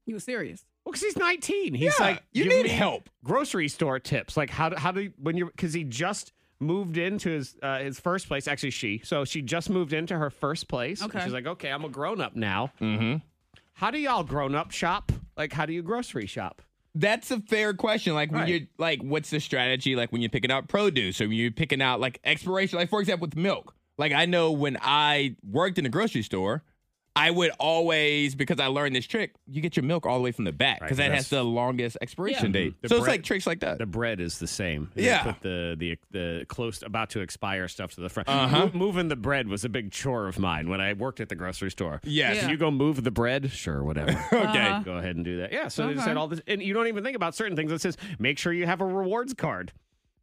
Speaker 4: You were serious.
Speaker 2: Well, because he's 19. He's
Speaker 5: Yeah,
Speaker 2: like,
Speaker 5: you
Speaker 2: "Give
Speaker 5: need
Speaker 2: me
Speaker 5: help."
Speaker 2: Grocery store tips. Like, how do, how do, when you're, because he just moved into his uh, his first place. Actually, she. So she just moved into her first place. And
Speaker 4: Okay.
Speaker 2: she's like, okay, I'm a grown up now.
Speaker 5: Mm-hmm.
Speaker 2: How do y'all grown up shop? Like, how do you grocery shop?
Speaker 5: that's a fair question. Like when
Speaker 2: Right.
Speaker 5: you're like, what's the strategy? Like when you're picking out produce or when you're picking out like expiration. Like for example, with milk. Like I know when I worked in a grocery store, I would always because I learned this trick. You get your milk all the way from the back because that has
Speaker 2: that's- Mm-hmm.
Speaker 5: the longest expiration date.
Speaker 2: The
Speaker 5: so it's
Speaker 2: bread-
Speaker 5: like tricks like that.
Speaker 2: The bread is the same. They
Speaker 5: Yeah.
Speaker 2: put the the the close about to expire stuff to the front.
Speaker 5: Uh-huh.
Speaker 2: Mo- moving the bread was a big chore of mine when I worked at the grocery store.
Speaker 5: Yes.
Speaker 2: Can
Speaker 4: Yeah.
Speaker 2: you go move the bread? Sure, whatever.
Speaker 5: Uh-huh. Okay.
Speaker 2: Go ahead and do that. Yeah. So they just
Speaker 4: Okay.
Speaker 5: Uh-huh.
Speaker 2: had all this, and you don't even think about certain things. It says make sure you have a rewards card.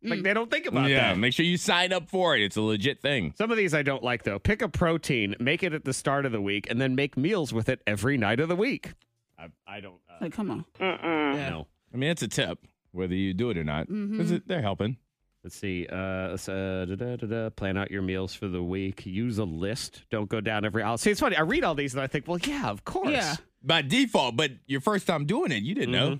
Speaker 2: Like they don't think about
Speaker 5: Mm. yeah.
Speaker 2: that.
Speaker 5: Make sure you sign up for it. It's a legit thing.
Speaker 2: Some of these I don't like though. Pick a protein, make it at the start of the week, and then make meals with it every night of the week. I, I don't uh,
Speaker 4: Like, come on.
Speaker 2: know.
Speaker 5: I mean, it's a tip whether you do it or not. 'Cause it- they're helping.
Speaker 2: Let's see. Uh, let's, uh, da, da, da, da. Plan out your meals for the week. Use a list. Don't go down every aisle. See, it's funny. I read all these and I think, well, yeah, of course.
Speaker 4: Yeah.
Speaker 5: by default, but your first time doing it, you didn't know.
Speaker 2: Mm-hmm.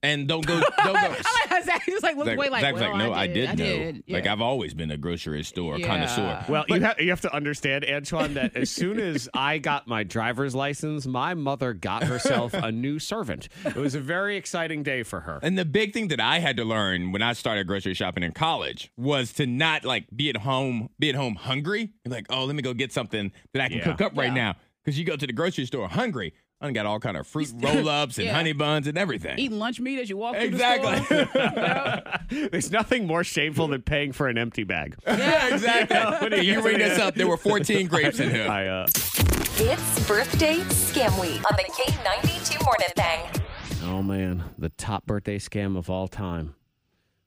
Speaker 5: And don't go, don't go.
Speaker 4: Zach just like looked
Speaker 5: Zach-
Speaker 4: away like,
Speaker 5: Zach's
Speaker 4: well,
Speaker 5: like, no, I did,
Speaker 4: I
Speaker 5: know.
Speaker 4: did.
Speaker 5: Like
Speaker 4: Yeah.
Speaker 5: I've always been a grocery store
Speaker 4: Yeah.
Speaker 5: connoisseur.
Speaker 2: Well, you, ha- you have to understand, Antoine, that as soon as I got my driver's license, my mother got herself a new servant. It was a very exciting day for her.
Speaker 5: And the big thing that I had to learn when I started grocery shopping in college was to not like be at home, be at home hungry. And like, oh, let me go get something that I can
Speaker 2: Yeah.
Speaker 5: cook up right now. Because you go to the grocery store hungry, I got all kind of fruit roll ups and
Speaker 4: Yeah.
Speaker 5: honey buns and everything.
Speaker 4: Eating lunch meat as you walk
Speaker 5: Exactly.
Speaker 4: through the store.
Speaker 2: There's nothing more shameful than paying for an empty bag.
Speaker 5: yeah, exactly.
Speaker 2: do you
Speaker 5: you
Speaker 2: get
Speaker 5: ring
Speaker 2: to
Speaker 5: this
Speaker 2: the-
Speaker 5: up. There were 14 grapes in here.
Speaker 2: I, uh,
Speaker 6: It's birthday scam week on the K92 Morning Thing.
Speaker 2: Oh man, the top birthday scam of all time.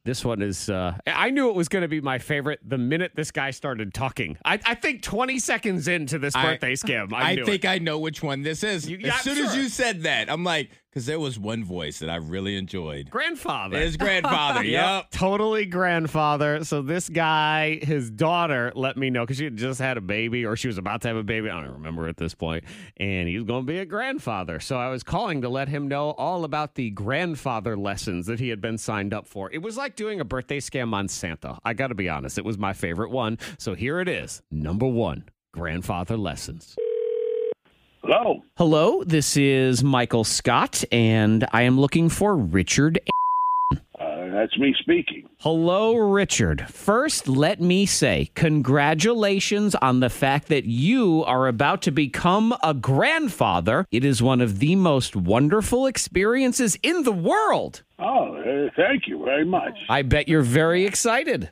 Speaker 2: This one is. Uh, I knew it was going to be my favorite the minute this guy started talking. I, I think 20 seconds into this
Speaker 5: I-
Speaker 2: birthday scam, I,
Speaker 5: I,
Speaker 2: knew
Speaker 5: think
Speaker 2: it.
Speaker 5: I know which one this is.
Speaker 2: You- yeah,
Speaker 5: as soon as
Speaker 2: sure.
Speaker 5: you said that, I'm like, because there was one voice that I really enjoyed.
Speaker 2: grandfather.
Speaker 5: His grandfather. yep.
Speaker 2: Totally grandfather. So this guy, his daughter, let me know because she had just had a baby or she was about to have a baby. I don't remember at this point, and he was going to be a grandfather. So I was calling to let him know all about the grandfather lessons that he had been signed up for. It was like doing a birthday scam on Santa. I got to be honest, it was my favorite one. So here it is, number one. Grandfather lessons.
Speaker 10: Hello.
Speaker 2: Hello, this is Michael Scott, and I am looking for Richard
Speaker 10: Uh, that's me speaking.
Speaker 2: Hello, Richard. First, let me say congratulations on the fact that you are about to become a grandfather. It is one of the most wonderful experiences in the world.
Speaker 10: Oh, uh, thank you very much.
Speaker 2: I bet you're very excited.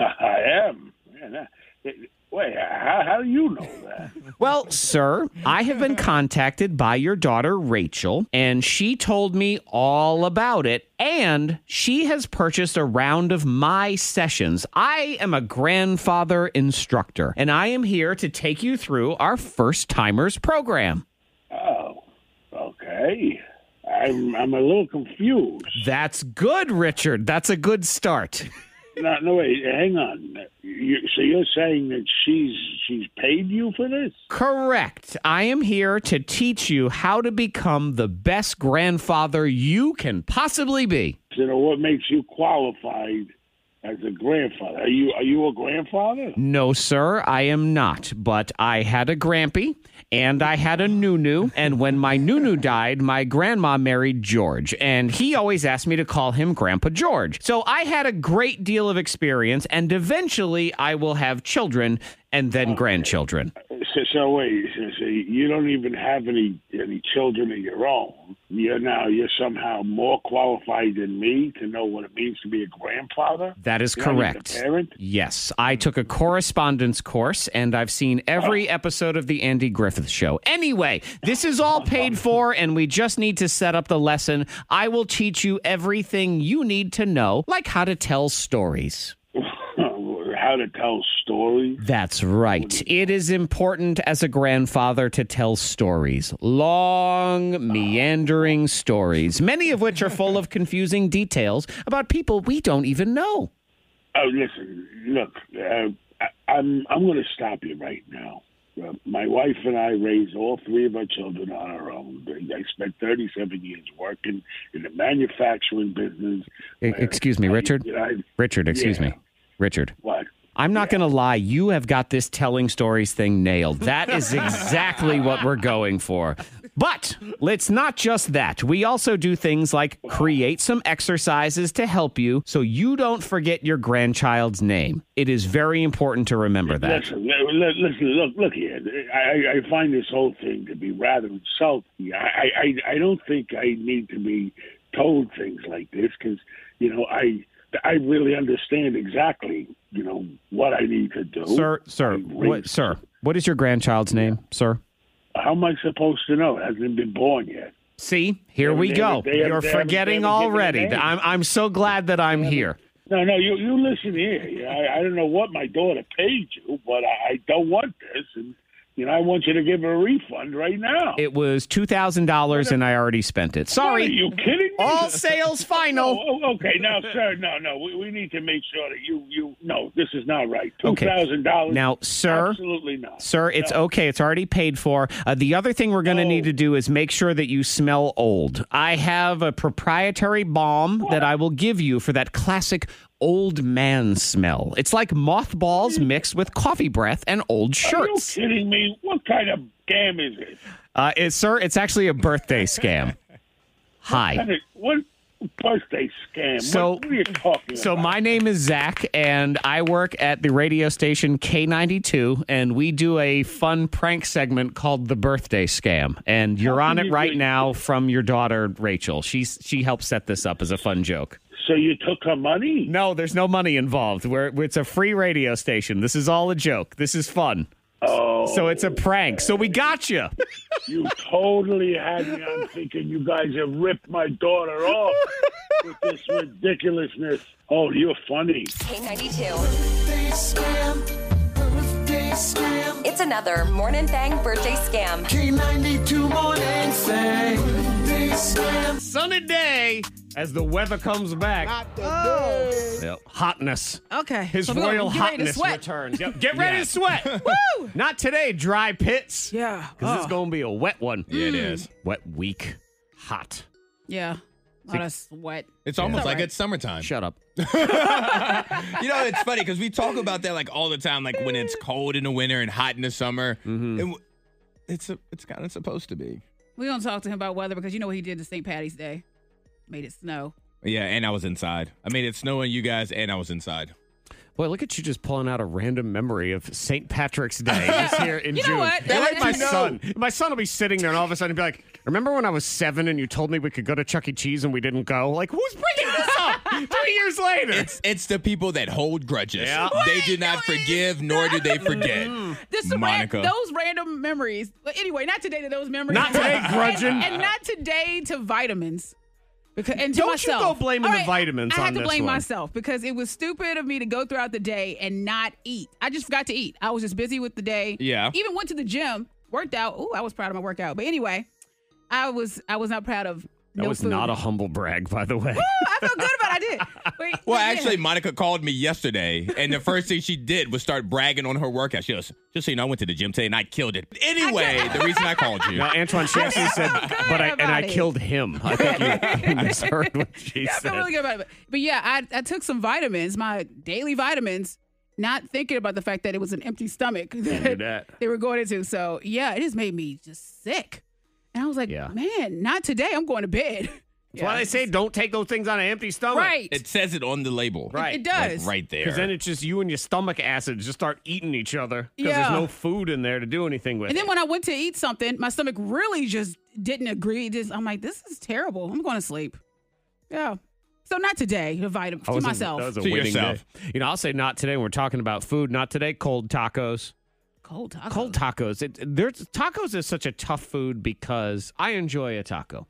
Speaker 10: I am. Man, uh, it- Wait, how, how do you know that?
Speaker 2: Well, sir, I have been contacted by your daughter, Rachel, and she told me all about it. And she has purchased a round of my sessions. I am a grandfather instructor, and I am here to take you through our first timers program.
Speaker 10: Oh, okay. I'm I'm a little confused.
Speaker 2: That's good, Richard. That's a good start.
Speaker 10: No, no, wait. Hang on. You, so you're saying that she's she's paid you for this?
Speaker 2: Correct. I am here to teach you how to become the best grandfather you can possibly be.
Speaker 10: You know what makes you qualified as a grandfather? Are you are you a grandfather?
Speaker 2: No, sir, I am not. But I had a grampy and I had a nunu. And when my nunu died, my grandma married George. And he always asked me to call him Grandpa George. So I had a great deal of experience. And eventually I will have children and then grandchildren.
Speaker 10: So, so wait, so, so you don't even have any any children of your own. You're now you're somehow more qualified than me to know what it means to be a grandfather.
Speaker 2: That is
Speaker 10: You're not even a
Speaker 2: correct.
Speaker 10: parent?
Speaker 2: Yes, I took a correspondence course and I've seen every
Speaker 10: Oh.
Speaker 2: episode of The Andy Griffith Show. Anyway, this is all paid for and we just need to set up the lesson. I will teach you everything you need to know, like how to tell stories.
Speaker 10: How to tell stories?
Speaker 2: That's right. It is important as a grandfather to tell stories, long, meandering stories, many of which are full of confusing details about people we don't even know.
Speaker 10: Oh, listen, look, uh, I, I'm I'm going to stop you right now. Uh, my wife and I raised all three of our children on our own. I spent 37 years working in the manufacturing business.
Speaker 2: E- Excuse me,
Speaker 10: I-
Speaker 2: Richard.
Speaker 10: I-
Speaker 2: Richard, excuse
Speaker 10: Yeah.
Speaker 2: me. Richard.
Speaker 10: What?
Speaker 2: I'm not going to lie. You have got this telling stories thing nailed. That is exactly what we're going for. But let's not just that. We also do things like create some exercises to help you so you don't forget your grandchild's name. It is very important to remember that.
Speaker 10: Listen, li- li- listen, look, look here. I, I- I find this whole thing to be rather insulting. I, I, I don't think I need to be told things like this because, you know, I, I really understand exactly, you know, what I need to do.
Speaker 2: Sir, sir, what, sir, what is your grandchild's name, sir?
Speaker 10: How am I supposed to know? It hasn't been born yet.
Speaker 2: See, here we
Speaker 10: They-
Speaker 2: go.
Speaker 10: they- they
Speaker 2: You're
Speaker 10: haven't- they
Speaker 2: forgetting
Speaker 10: haven't given
Speaker 2: already.
Speaker 10: a name.
Speaker 2: I'm, I'm so glad that I'm here.
Speaker 10: No, no, you you listen here. You know, I, I don't know what my daughter paid you, but I, I don't want this, and you know I want you to give her a refund right now.
Speaker 2: It was $2,000 and I already spent it. Sorry.
Speaker 10: What, are you kidding me?
Speaker 2: All sales final.
Speaker 10: Oh, oh, okay, now, sir, no, no, we, we need to make sure that you you no, this is not right. Two
Speaker 2: Okay.
Speaker 10: thousand dollars
Speaker 2: Now, sir,
Speaker 10: absolutely not,
Speaker 2: Sir, it's
Speaker 10: No.
Speaker 2: okay. It's already paid for. Uh, the other thing we're going to
Speaker 10: Oh.
Speaker 2: need to do is make sure that you smell old. I have a proprietary balm that I will give you for that classic old man smell. It's like mothballs mixed with coffee breath and old shirts.
Speaker 10: Hmm. Are you kidding me? What kind of scam is it?
Speaker 2: Uh, it, sir, it's actually a birthday scam.
Speaker 10: What kind
Speaker 2: Hi.
Speaker 10: of- What birthday scam?
Speaker 2: So-
Speaker 10: what, what are you talking
Speaker 2: So,
Speaker 10: about?
Speaker 2: my name is Zach, and I work at the radio station K92, and we do a fun prank segment called The Birthday Scam. And you're on it right now from your daughter, Rachel. She's, she helped set this up as a fun joke.
Speaker 10: So, you took her money?
Speaker 2: No, there's no money involved. We're, it's a free radio station. This is all a joke. This is fun.
Speaker 10: Oh.
Speaker 2: So, it's a prank. So, we got you.
Speaker 10: You totally had me. I'm thinking you guys have ripped my daughter off with this ridiculousness. Oh, you're funny.
Speaker 6: K92. It's another Morning Thang birthday scam. K92 Morning Thang.
Speaker 2: Sunny day as the weather comes back. Oh. Yep. Hotness.
Speaker 4: Okay.
Speaker 2: His
Speaker 4: So we're
Speaker 2: royal
Speaker 4: gonna get ready to
Speaker 2: hotness
Speaker 4: sweat.
Speaker 2: returns. Yep. Get ready
Speaker 4: Yeah.
Speaker 2: to sweat. Woo! Not today, dry pits.
Speaker 4: Yeah.
Speaker 2: Because it's
Speaker 4: Oh.
Speaker 2: going to be a wet one.
Speaker 4: Yeah, it Mm. is.
Speaker 2: Wet week. Hot.
Speaker 4: Yeah. A lot of sweat.
Speaker 5: It's almost like
Speaker 4: it's.
Speaker 5: it's summertime.
Speaker 2: Shut up.
Speaker 5: You know, it's funny because we talk about that like all the time, like when it's cold in the winter and hot in the summer. And w it's it's kind of supposed to be.
Speaker 4: We don't talk to him about weather because you know what he did to St. Patty's Day? Made it snow.
Speaker 5: Yeah, and I was inside. I made it snow on you guys, and I was inside.
Speaker 2: Boy, look at you just pulling out a random memory of St. Patrick's Day just here in
Speaker 4: You know
Speaker 2: June.
Speaker 4: what?
Speaker 2: They're
Speaker 4: That
Speaker 2: like my
Speaker 4: is-
Speaker 2: son. My son will be sitting there and all of a sudden be like, Remember when I was seven and you told me we could go to Chuck E. Cheese and we didn't go? Like, who's bringing this up three years later?
Speaker 5: It's it's the people that hold grudges.
Speaker 2: Yeah.
Speaker 5: They do not forgive, nor do they forget.
Speaker 4: This ra- those random memories. But anyway, not today to those memories.
Speaker 5: Not today,
Speaker 4: And-
Speaker 5: grudging.
Speaker 4: And, not today to vitamins. Because and to
Speaker 2: Don't you
Speaker 4: myself.
Speaker 2: go blaming
Speaker 4: All
Speaker 2: the vitamins
Speaker 4: I had
Speaker 2: on
Speaker 4: to
Speaker 2: this
Speaker 4: blame
Speaker 2: one.
Speaker 4: myself because it was stupid of me to go throughout the day and not eat. I just forgot to eat. I was just busy with the day.
Speaker 5: Yeah.
Speaker 4: Even went to the gym, worked out. Ooh, I was proud of my workout. But anyway, I was I was not proud of.
Speaker 2: That
Speaker 4: no
Speaker 2: was
Speaker 4: food.
Speaker 2: not a humble brag, by the way.
Speaker 4: I feel good about. it. I did. Wait,
Speaker 5: Well,
Speaker 4: yeah.
Speaker 5: actually, Monica called me yesterday, and the first thing she did was start bragging on her workout. She goes, "Just so you know, I went to the gym today and I killed it." Anyway, the reason I called you.
Speaker 2: Now, Antoine she actually said, but I and I
Speaker 4: it.
Speaker 2: killed him. I think you misheard what she
Speaker 4: I
Speaker 2: said.
Speaker 4: feel really good about it. But yeah, I, I took some vitamins, my daily vitamins, not thinking about the fact that it was an empty stomach that
Speaker 2: that.
Speaker 4: they were going into. So yeah, it just made me just sick. And I was like,
Speaker 2: Yeah.
Speaker 4: man, not today. I'm going to bed.
Speaker 2: That's why they say don't take those things on an empty stomach.
Speaker 4: Right.
Speaker 5: It says it on the label.
Speaker 2: Right.
Speaker 4: it does.
Speaker 5: Like right there.
Speaker 2: Because then it's just you and your stomach acid just start eating each other because
Speaker 4: Yeah.
Speaker 2: there's no food in there to do anything with.
Speaker 4: And then when I went to eat something, my stomach really just didn't agree. It Just, I'm like, this is terrible. I'm going to sleep. Yeah. So not today. The vitamins
Speaker 2: I
Speaker 4: to
Speaker 2: was a-
Speaker 4: myself.
Speaker 2: that was a winning day. You know, I'll say not today. When we're talking about food, not today. Cold tacos.
Speaker 4: Cold tacos.
Speaker 2: Cold tacos. It, there's, tacos is such a tough food because I enjoy a taco.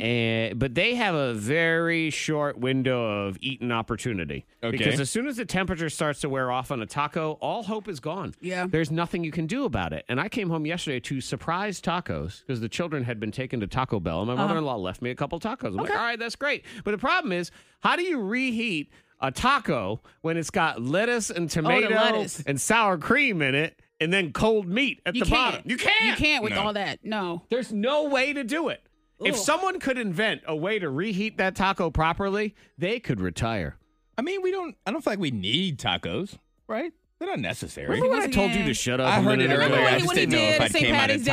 Speaker 2: And, but they have a very short window of eating opportunity.
Speaker 5: Okay.
Speaker 2: Because as soon as the temperature starts to wear off on a taco, all hope is gone.
Speaker 4: Yeah.
Speaker 2: There's nothing you can do about it. And I came home yesterday to surprise tacos because the children had been taken to Taco Bell. And my mother in law left me a couple tacos. I'm like, all right, that's great. But the problem is, how do you reheat a taco when it's got lettuce and tomato
Speaker 4: Oh, lettuce.
Speaker 2: and sour cream in it and then cold meat at
Speaker 4: You
Speaker 2: the bottom?
Speaker 4: can't.
Speaker 2: You can't.
Speaker 4: You can't with all that. No.
Speaker 2: There's no way to do it. If
Speaker 4: Ugh.
Speaker 2: someone could invent a way to reheat that taco properly, they could retire.
Speaker 5: I mean, we don't. I don't feel like we need tacos.
Speaker 4: Right?
Speaker 5: They're unnecessary.
Speaker 2: Remember when I told you to shut up?
Speaker 5: I
Speaker 2: a
Speaker 5: heard
Speaker 2: minute
Speaker 5: it
Speaker 2: ago?
Speaker 5: earlier. I just didn't know if I came out of timeout.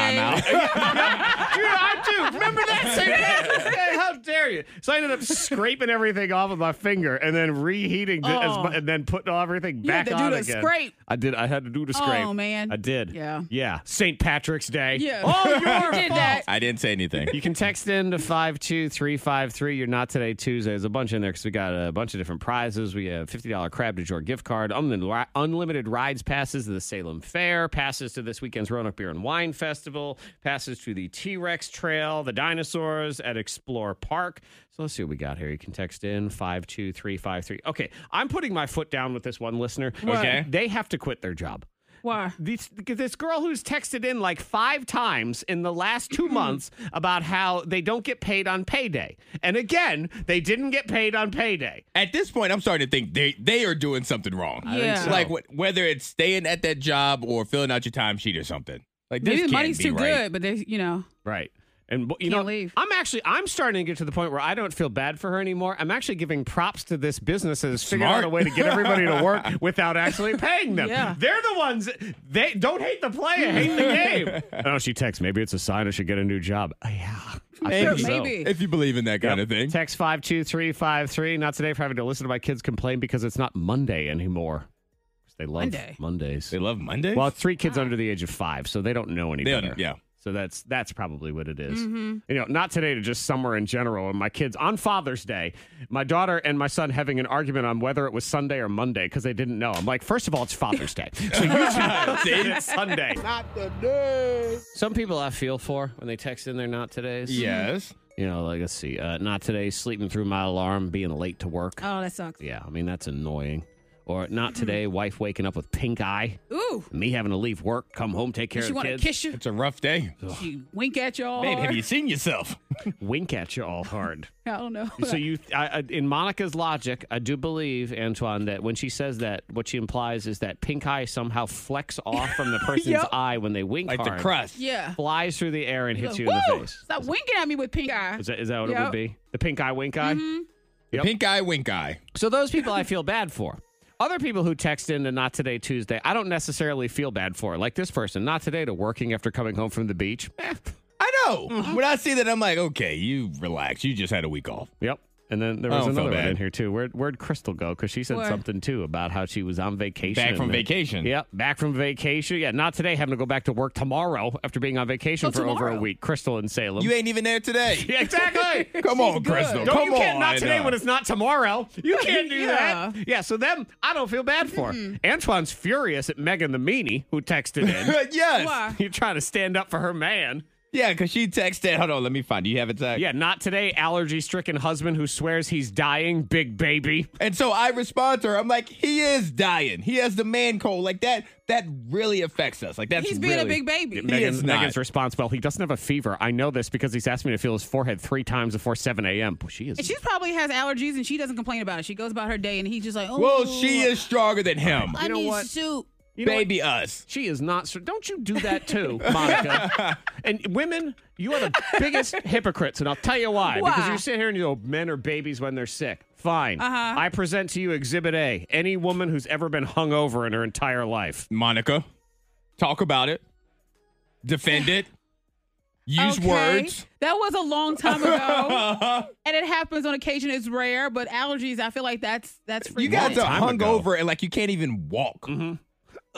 Speaker 2: I do. Remember that St. Patrick's Day? How dare you? So I ended up scraping everything off of my finger and then reheating it as
Speaker 4: Oh.
Speaker 2: mu- and then putting everything
Speaker 4: You had
Speaker 2: back
Speaker 4: to do
Speaker 2: on
Speaker 4: the
Speaker 2: again.
Speaker 4: scrape.
Speaker 2: I did. I had to do the
Speaker 4: Oh,
Speaker 2: scrape.
Speaker 4: man.
Speaker 2: I did.
Speaker 4: Yeah.
Speaker 2: Yeah. St. Patrick's Day.
Speaker 4: Yeah.
Speaker 2: Oh, your
Speaker 4: You
Speaker 2: fault.
Speaker 4: did that.
Speaker 5: I didn't say anything.
Speaker 2: You can text in to 52353. You're not today, Tuesday. There's a bunch in there because we got a bunch of different prizes. We have $50 Crab to Jor gift card, unlimited, unlimited rides passes to the Salem Fair, passes to this weekend's Roanoke Beer and Wine Festival, passes to the T Rex Trail, the dinosaurs at Explore Park. So let's see what we got here. You can text in 52353. Okay, I'm putting my foot down with this one listener.
Speaker 5: What? Okay.
Speaker 2: They have to quit their job.
Speaker 4: Why?
Speaker 2: This, this girl who's texted in like five times in the last two months about how they don't get paid on payday. And again, they didn't get paid on payday.
Speaker 5: At this point, I'm starting to think they they are doing something wrong.
Speaker 2: I think Yeah. so.
Speaker 5: Like wh- whether it's staying at that job or filling out your timesheet or something. Like this
Speaker 4: Maybe the
Speaker 5: can't
Speaker 4: money's
Speaker 5: be
Speaker 4: too
Speaker 5: right.
Speaker 4: good, but they, you know,
Speaker 2: Right. And you
Speaker 4: Can't
Speaker 2: know, I'm actually I'm starting to get to the point where I don't feel bad for her anymore. I'm actually giving props to this business that has figured out
Speaker 5: Smart.
Speaker 2: a way to get everybody to work without actually paying them.
Speaker 4: Yeah.
Speaker 2: They're the ones they don't hate the player, hate the game. I know she texts. Maybe it's a sign I should get a new job. Yeah,
Speaker 5: Maybe. If you believe in that kind of thing.
Speaker 2: Text 52353. Not today for having to listen to my kids complain because it's not Monday anymore. 'Cause They love
Speaker 5: Monday.
Speaker 2: Mondays. They
Speaker 5: love Mondays?
Speaker 2: Well, three kids under the age of five, so they don't know any
Speaker 5: They don't-
Speaker 2: better.
Speaker 5: yeah.
Speaker 2: So that's that's probably what it is.
Speaker 5: Mhm.
Speaker 2: You know, not today to just summer in general. And my kids on Father's Day, my daughter and my son having an argument on whether it was Sunday or Monday because they didn't know. I'm like, first of all, it's Father's Day, so you
Speaker 5: See?
Speaker 2: it's Sunday.
Speaker 14: Not the day.
Speaker 2: Some people I feel for when they text in their not todays.
Speaker 5: Yes.
Speaker 2: You know, like, let's see, uh, not today, sleeping through my alarm, being late to work.
Speaker 4: oh, that sucks.
Speaker 2: Yeah, I mean, that's annoying. Or not today, wife waking up with pink eye.
Speaker 4: Ooh,
Speaker 2: Me having to leave work, come home, take care
Speaker 4: Does she
Speaker 2: of the
Speaker 4: wanna
Speaker 2: kids.
Speaker 4: kiss you?
Speaker 5: It's a rough day.
Speaker 4: she wink at y'all.
Speaker 2: Babe, have
Speaker 4: hard.
Speaker 2: you
Speaker 5: seen yourself?
Speaker 2: Wink at you all hard.
Speaker 4: I don't know.
Speaker 2: so you, I, I, in Monica's logic, I do believe Antoine that when she says that, what she implies is that pink eye somehow flecks off from the person's
Speaker 4: Yep.
Speaker 2: eye when they wink
Speaker 5: Like the
Speaker 2: hard,
Speaker 5: crust.
Speaker 4: Yeah.
Speaker 2: flies through the air and hits
Speaker 4: Woo!
Speaker 2: you in the face.
Speaker 4: Stop winking at me with pink eye.
Speaker 2: Is that is that what it
Speaker 4: Yep.
Speaker 2: would be? The pink eye, wink eye.
Speaker 4: Mm-hmm.
Speaker 2: Yep.
Speaker 5: Pink eye, wink eye.
Speaker 2: So those people I feel bad for. Other people who text in to not today Tuesday, I don't necessarily feel bad for. Like this person, not today to working after coming home from the beach. Eh,
Speaker 5: I know.
Speaker 2: Mm-hmm.
Speaker 5: When I see that, I'm like, okay, you relax. You just had a week off.
Speaker 2: Yep. And then there
Speaker 5: I
Speaker 2: was
Speaker 5: don't feel
Speaker 2: another one
Speaker 5: bad.
Speaker 2: in here too. Where where'd Crystal go? Because she said
Speaker 5: Where?
Speaker 2: something too about how she was on vacation.
Speaker 5: Back
Speaker 2: and
Speaker 5: from
Speaker 2: then-
Speaker 5: vacation.
Speaker 2: Yep, back from vacation. Yeah, not today. Having to go back to work tomorrow after being on vacation
Speaker 5: Oh,
Speaker 2: for over a
Speaker 5: tomorrow.
Speaker 2: week. Crystal in Salem.
Speaker 5: You ain't even there today.
Speaker 2: Yeah, exactly.
Speaker 5: Come on, Crystal.
Speaker 2: Don't-
Speaker 5: Come
Speaker 2: you can't
Speaker 5: on.
Speaker 2: not today
Speaker 5: uh,
Speaker 2: when it's not tomorrow. You can't do
Speaker 4: Yeah.
Speaker 2: that. Yeah, so them I don't feel bad for.
Speaker 5: Mm-hmm.
Speaker 2: Antoine's furious at Megan the meanie who texted in.
Speaker 5: Yes. Why?
Speaker 2: You're trying to stand up for her man.
Speaker 5: Yeah, because she texted. Hold on, let me find. Do you have it, Zach?
Speaker 2: Yeah, not today. Allergy stricken husband who swears he's dying. Big baby.
Speaker 5: And so I respond to her. I'm like, he is dying. He has the man cold. Like that. That really affects us. Like that's
Speaker 4: He's being a
Speaker 5: really-
Speaker 4: big baby.
Speaker 5: He
Speaker 2: Megan's,
Speaker 5: is not.
Speaker 2: Megan's response, well, he doesn't have a fever. I know this because he's asked me to feel his forehead three times before 7 a.m. Boy, she is.
Speaker 4: And she probably has allergies and she doesn't complain about it. She goes about her day and he's just like, oh,
Speaker 5: well, she is stronger than him.
Speaker 4: I need soup.
Speaker 2: You know
Speaker 5: baby us.
Speaker 2: She is not. So don't you do that too, Monica. and women, you are the biggest hypocrites, and I'll tell you why. Because
Speaker 4: Why?
Speaker 2: you sit here and you go, men are babies when they're sick. Fine.
Speaker 4: Uh-huh.
Speaker 2: I present to you Exhibit A: any woman who's ever been hungover in her entire life.
Speaker 5: Monica, talk about it. Defend it. Use
Speaker 4: Okay.
Speaker 5: words.
Speaker 4: That was a long time ago. and it happens on occasion. It's rare, but allergies, I feel like that's that's for
Speaker 5: You
Speaker 4: guys.
Speaker 5: guys are
Speaker 2: time
Speaker 5: hung
Speaker 2: ago. Mm-hmm.
Speaker 5: over and like you can't even walk.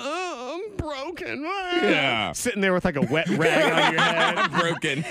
Speaker 2: Oh, I'm broken.
Speaker 5: Yeah.
Speaker 2: Sitting there with like a wet rag on your head.
Speaker 5: I'm broken.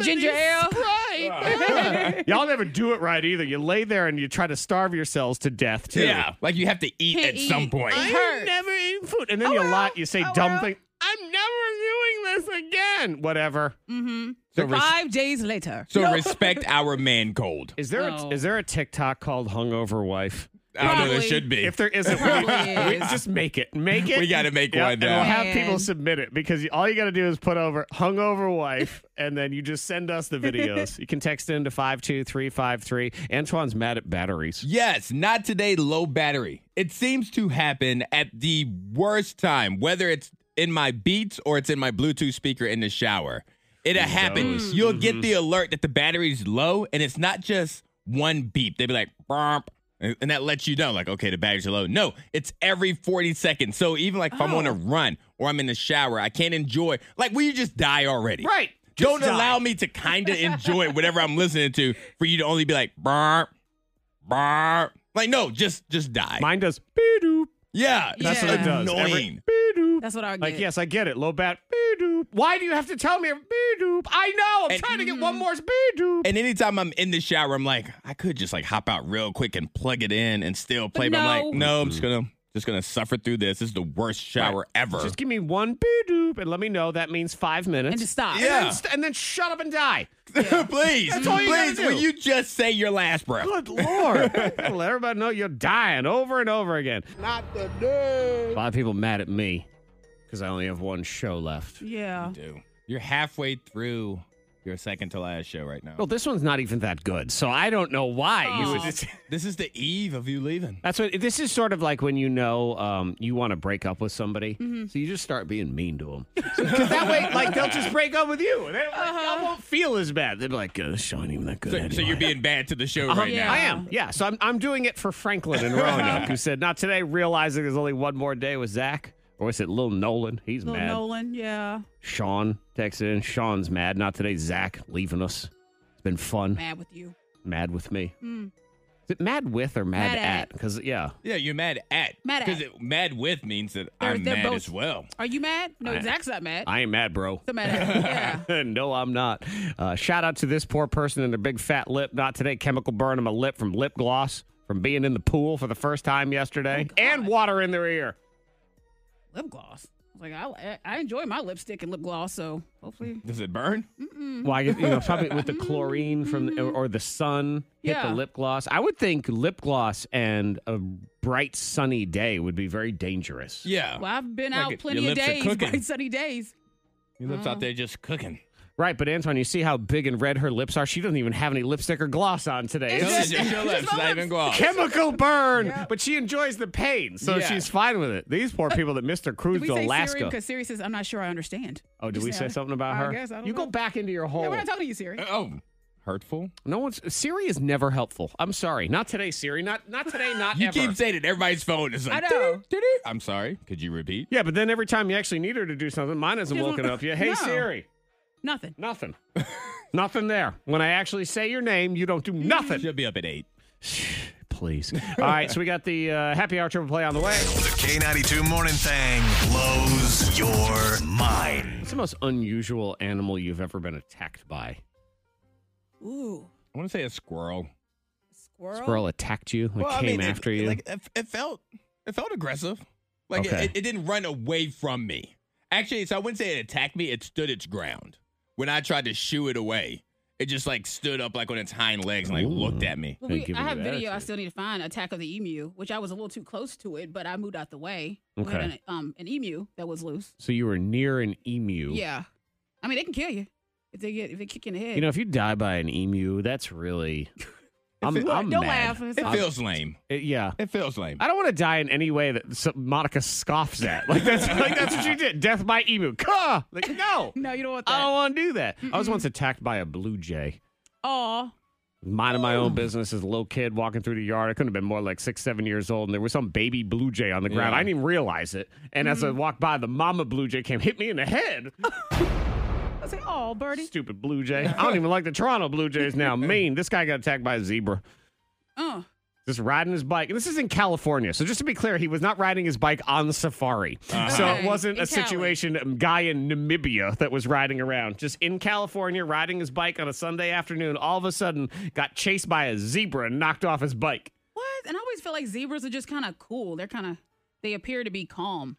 Speaker 4: Ginger ale.
Speaker 2: Y'all never do it right either. You lay there and you try to starve yourselves to death too.
Speaker 5: Yeah, like you have to eat
Speaker 2: Can't
Speaker 5: at some
Speaker 2: eat.
Speaker 5: point.
Speaker 2: I
Speaker 4: hurts.
Speaker 2: never eating food, and then you lie. You say dumb thing. I'm never doing this again. Whatever.
Speaker 4: Mm-hmm.
Speaker 5: So res-
Speaker 4: Five days later.
Speaker 5: So respect our man cold.
Speaker 2: Is there
Speaker 4: No.
Speaker 2: a, is there a TikTok called Hungover Wife?
Speaker 5: I don't know. There should be.
Speaker 2: If there isn't, we,
Speaker 4: Probably
Speaker 2: we- just make it. Make it.
Speaker 5: We gotta make
Speaker 2: Yeah,
Speaker 5: one
Speaker 2: and
Speaker 5: now.
Speaker 2: we'll have people
Speaker 4: Man.
Speaker 2: submit it because you- all you got to do is put over hungover wife, and then you just send us the videos. you can text in to five two three five three. Antoine's mad at batteries.
Speaker 5: Yes, not today, low battery. It seems to happen at the worst time, whether it's in my beats or it's in my Bluetooth speaker in the shower. It'll happen.
Speaker 2: Those.
Speaker 5: You'll get the alert that the battery's low, and it's not just one beep. They'll be like, bromp, And and that lets you know, like, okay, the batteries are low. No, it's every 40 seconds. So even like if I'm on a run or I'm in the shower, I can't enjoy. Like, will you just die already?
Speaker 2: Right.
Speaker 5: Don't allow me to kind of enjoy whatever I'm listening to for you to only be like, burp, burp. Like, no, just just die. Mine
Speaker 2: does.
Speaker 5: Yeah,
Speaker 2: That's what it does. Every-
Speaker 5: Annoying.
Speaker 4: That's what I get.
Speaker 2: Like, yes, I get it. Low bat. Beep-doop. Why do you have to tell me? Beep-doop. I know. I'm trying to get one more. Beep-doop.
Speaker 5: And anytime I'm in the shower, I'm like, I could just like hop out real quick and plug it in and still play. But, I'm
Speaker 2: no.
Speaker 5: like, no, I'm
Speaker 2: Mm-hmm.
Speaker 5: just gonna just gonna suffer through this. This is the worst shower ever.
Speaker 2: Just give me one beep-doop and let me know that means five minutes. And just
Speaker 4: stop.
Speaker 2: And then,
Speaker 5: Yeah.
Speaker 2: st- and then shut up and die.
Speaker 5: please,
Speaker 2: That's all you gotta
Speaker 5: please,
Speaker 2: do.
Speaker 5: will you just say your last breath?
Speaker 2: Good lord. Gotta let everybody know you're dying over and over again.
Speaker 14: Not today.
Speaker 2: A lot of people mad at me because I only have one show left.
Speaker 4: Yeah.
Speaker 5: do. You're halfway through your second to last show right now.
Speaker 2: Well, this one's not even that good, so I don't know why you would.
Speaker 5: This is, this is the eve of you leaving.
Speaker 2: That's what this is sort of like when you know um, you want to break up with somebody, so you just start being mean to them. Because that way, like they'll just break up with you. They, I won't feel as bad. They'd be like, "Uh, "This show ain't even that good."
Speaker 5: So, so
Speaker 2: anyway."
Speaker 5: you're being bad to the show
Speaker 2: Uh-huh.
Speaker 5: right now.
Speaker 2: I am. Yeah. So I'm, I'm doing it for Franklin and Roanoke, who said, "Not today." Realizing there's only one more day with Zach, or is it Lil Nolan? He's
Speaker 4: Little
Speaker 2: mad.
Speaker 4: Nolan, yeah.
Speaker 2: Sean texted in. Sean's mad. Not today. Zach leaving us. It's been fun.
Speaker 4: Mad with you.
Speaker 2: Mad with me.
Speaker 4: Mm.
Speaker 2: Is it mad with or Hmm. mad,
Speaker 4: Mad at.
Speaker 2: at? Because yeah.
Speaker 5: Yeah, you're mad at.
Speaker 4: Mad at.
Speaker 5: Because it- mad with means that
Speaker 4: They're-
Speaker 5: I'm
Speaker 4: they're
Speaker 5: mad
Speaker 4: both-
Speaker 5: as well.
Speaker 4: Are you mad? No,
Speaker 2: I-
Speaker 4: Zach's not mad.
Speaker 2: I ain't mad, bro.
Speaker 4: the mad.
Speaker 2: no, I'm not. Uh, shout out to this poor person and their big fat lip. Not today. Chemical burn on my lip from lip gloss from being in the pool for the first time yesterday,
Speaker 5: Oh,
Speaker 2: and water in their ear.
Speaker 4: lip gloss. Like I, I enjoy my lipstick and lip gloss, so hopefully.
Speaker 5: Does it burn?
Speaker 2: Well, I guess, you know, probably with
Speaker 5: Mm.
Speaker 2: the chlorine from or, or the sun hit
Speaker 4: Yeah.
Speaker 2: the lip gloss. I would think lip gloss and a bright sunny day would be very dangerous.
Speaker 5: Yeah.
Speaker 4: Well, I've been
Speaker 5: Oh. Like
Speaker 4: out
Speaker 5: it-
Speaker 4: plenty
Speaker 5: your
Speaker 4: of
Speaker 5: lips are
Speaker 4: days,
Speaker 5: cooking.
Speaker 4: bright sunny days.
Speaker 5: Your lips out there just cooking.
Speaker 2: Right, but Antoine, you see how big and red her lips are. She doesn't even have any lipstick or gloss on today.
Speaker 5: No, it's just your lips, not even gloss.
Speaker 2: Chemical burn, but she enjoys the pain, so
Speaker 5: Yeah.
Speaker 2: she's fine with it. These poor people that missed their cruise
Speaker 4: Did we
Speaker 2: to
Speaker 4: say Alaska.
Speaker 2: Alaska.
Speaker 4: Because Siri says, "I'm not sure I understand."
Speaker 2: oh, did
Speaker 4: Just
Speaker 2: we
Speaker 4: now.
Speaker 2: say something about her?
Speaker 4: I guess I don't
Speaker 2: you
Speaker 4: know.
Speaker 2: go back into your hole.
Speaker 4: Yeah, we're not talking to you, Siri.
Speaker 5: Oh, hurtful.
Speaker 2: no one's Siri is never helpful. I'm sorry, not today, Siri. Not not today. Not
Speaker 5: You
Speaker 2: ever.
Speaker 5: keep saying it. Everybody's phone is like,
Speaker 4: I know.
Speaker 5: "Doo-doo, doo-doo." I'm sorry. Could you repeat?
Speaker 2: yeah, but then every time you actually need her to do something, mine isn't
Speaker 4: Doesn't-
Speaker 2: woken up yet. Hey
Speaker 4: No.
Speaker 2: Siri,
Speaker 4: Nothing.
Speaker 2: nothing, nothing there. When I actually say your name, you don't do nothing.
Speaker 5: She'll be up at eight.
Speaker 2: Please. All right, so we got the uh, happy hour triple play on the way.
Speaker 1: The K92 Morning Thing blows your mind.
Speaker 2: What's the most unusual animal you've ever been attacked by?
Speaker 4: Ooh,
Speaker 5: I want to say a squirrel.
Speaker 4: squirrel.
Speaker 2: Squirrel attacked you, like came
Speaker 5: it-
Speaker 2: after you.
Speaker 5: Like it, it felt, it felt aggressive. Like it-
Speaker 2: Okay.
Speaker 5: it, it didn't run away from me. Actually, so I wouldn't say it attacked me. It stood its ground. When I tried to shoo it away, it just like stood up like on its hind legs and like looked at me.
Speaker 4: But
Speaker 2: Hey,
Speaker 4: we,
Speaker 2: give
Speaker 4: I
Speaker 2: me
Speaker 4: have
Speaker 2: that
Speaker 4: video I
Speaker 2: attitude.
Speaker 4: still need to find Attack of the Emu, which I was a little too close to it, but I moved out the way. We had
Speaker 2: Okay.
Speaker 4: an, um, an emu that was loose.
Speaker 2: so you were near an emu.
Speaker 4: Yeah. I mean, they can kill you if they get if they kick you in the head.
Speaker 2: You know, if you die by an emu, that's really. I'm,
Speaker 5: feel-
Speaker 2: I'm
Speaker 4: Don't
Speaker 2: mad.
Speaker 4: laugh. It's
Speaker 5: It
Speaker 4: all-
Speaker 5: feels lame.
Speaker 2: It- yeah.
Speaker 5: It feels lame.
Speaker 2: I don't want to die in any way that so- Monica scoffs at. Like that's like that's what she did. Death by emu. Cuh! Like no,
Speaker 4: no, you don't want
Speaker 5: Oh.
Speaker 2: I don't
Speaker 4: that.
Speaker 2: want to do that. I was once attacked by a blue jay.
Speaker 4: Oh,
Speaker 2: Minding my own business as a little kid walking through the yard. I couldn't have been more like six, seven years old, and there was some baby blue jay on the ground.
Speaker 5: Yeah.
Speaker 2: I didn't even realize it. And as I walked by, the mama blue jay came, hit me in the head.
Speaker 4: I say, oh, birdie.
Speaker 2: Stupid blue jay. I don't even like the Toronto blue jays now. Mean. This guy got attacked by a zebra.
Speaker 4: Uh,
Speaker 2: just riding his bike. And this is in California. So just to be clear, he was not riding his bike on safari. So it
Speaker 4: Okay.
Speaker 2: wasn't
Speaker 4: Uh-huh. In
Speaker 2: a
Speaker 4: Cali.
Speaker 2: situation um, guy in Namibia that was riding around. Just in California riding his bike on a Sunday afternoon, all of a sudden got chased by a zebra and knocked off his bike.
Speaker 4: what? And I always feel like zebras are just kind of cool. They're kind of they appear to be calm.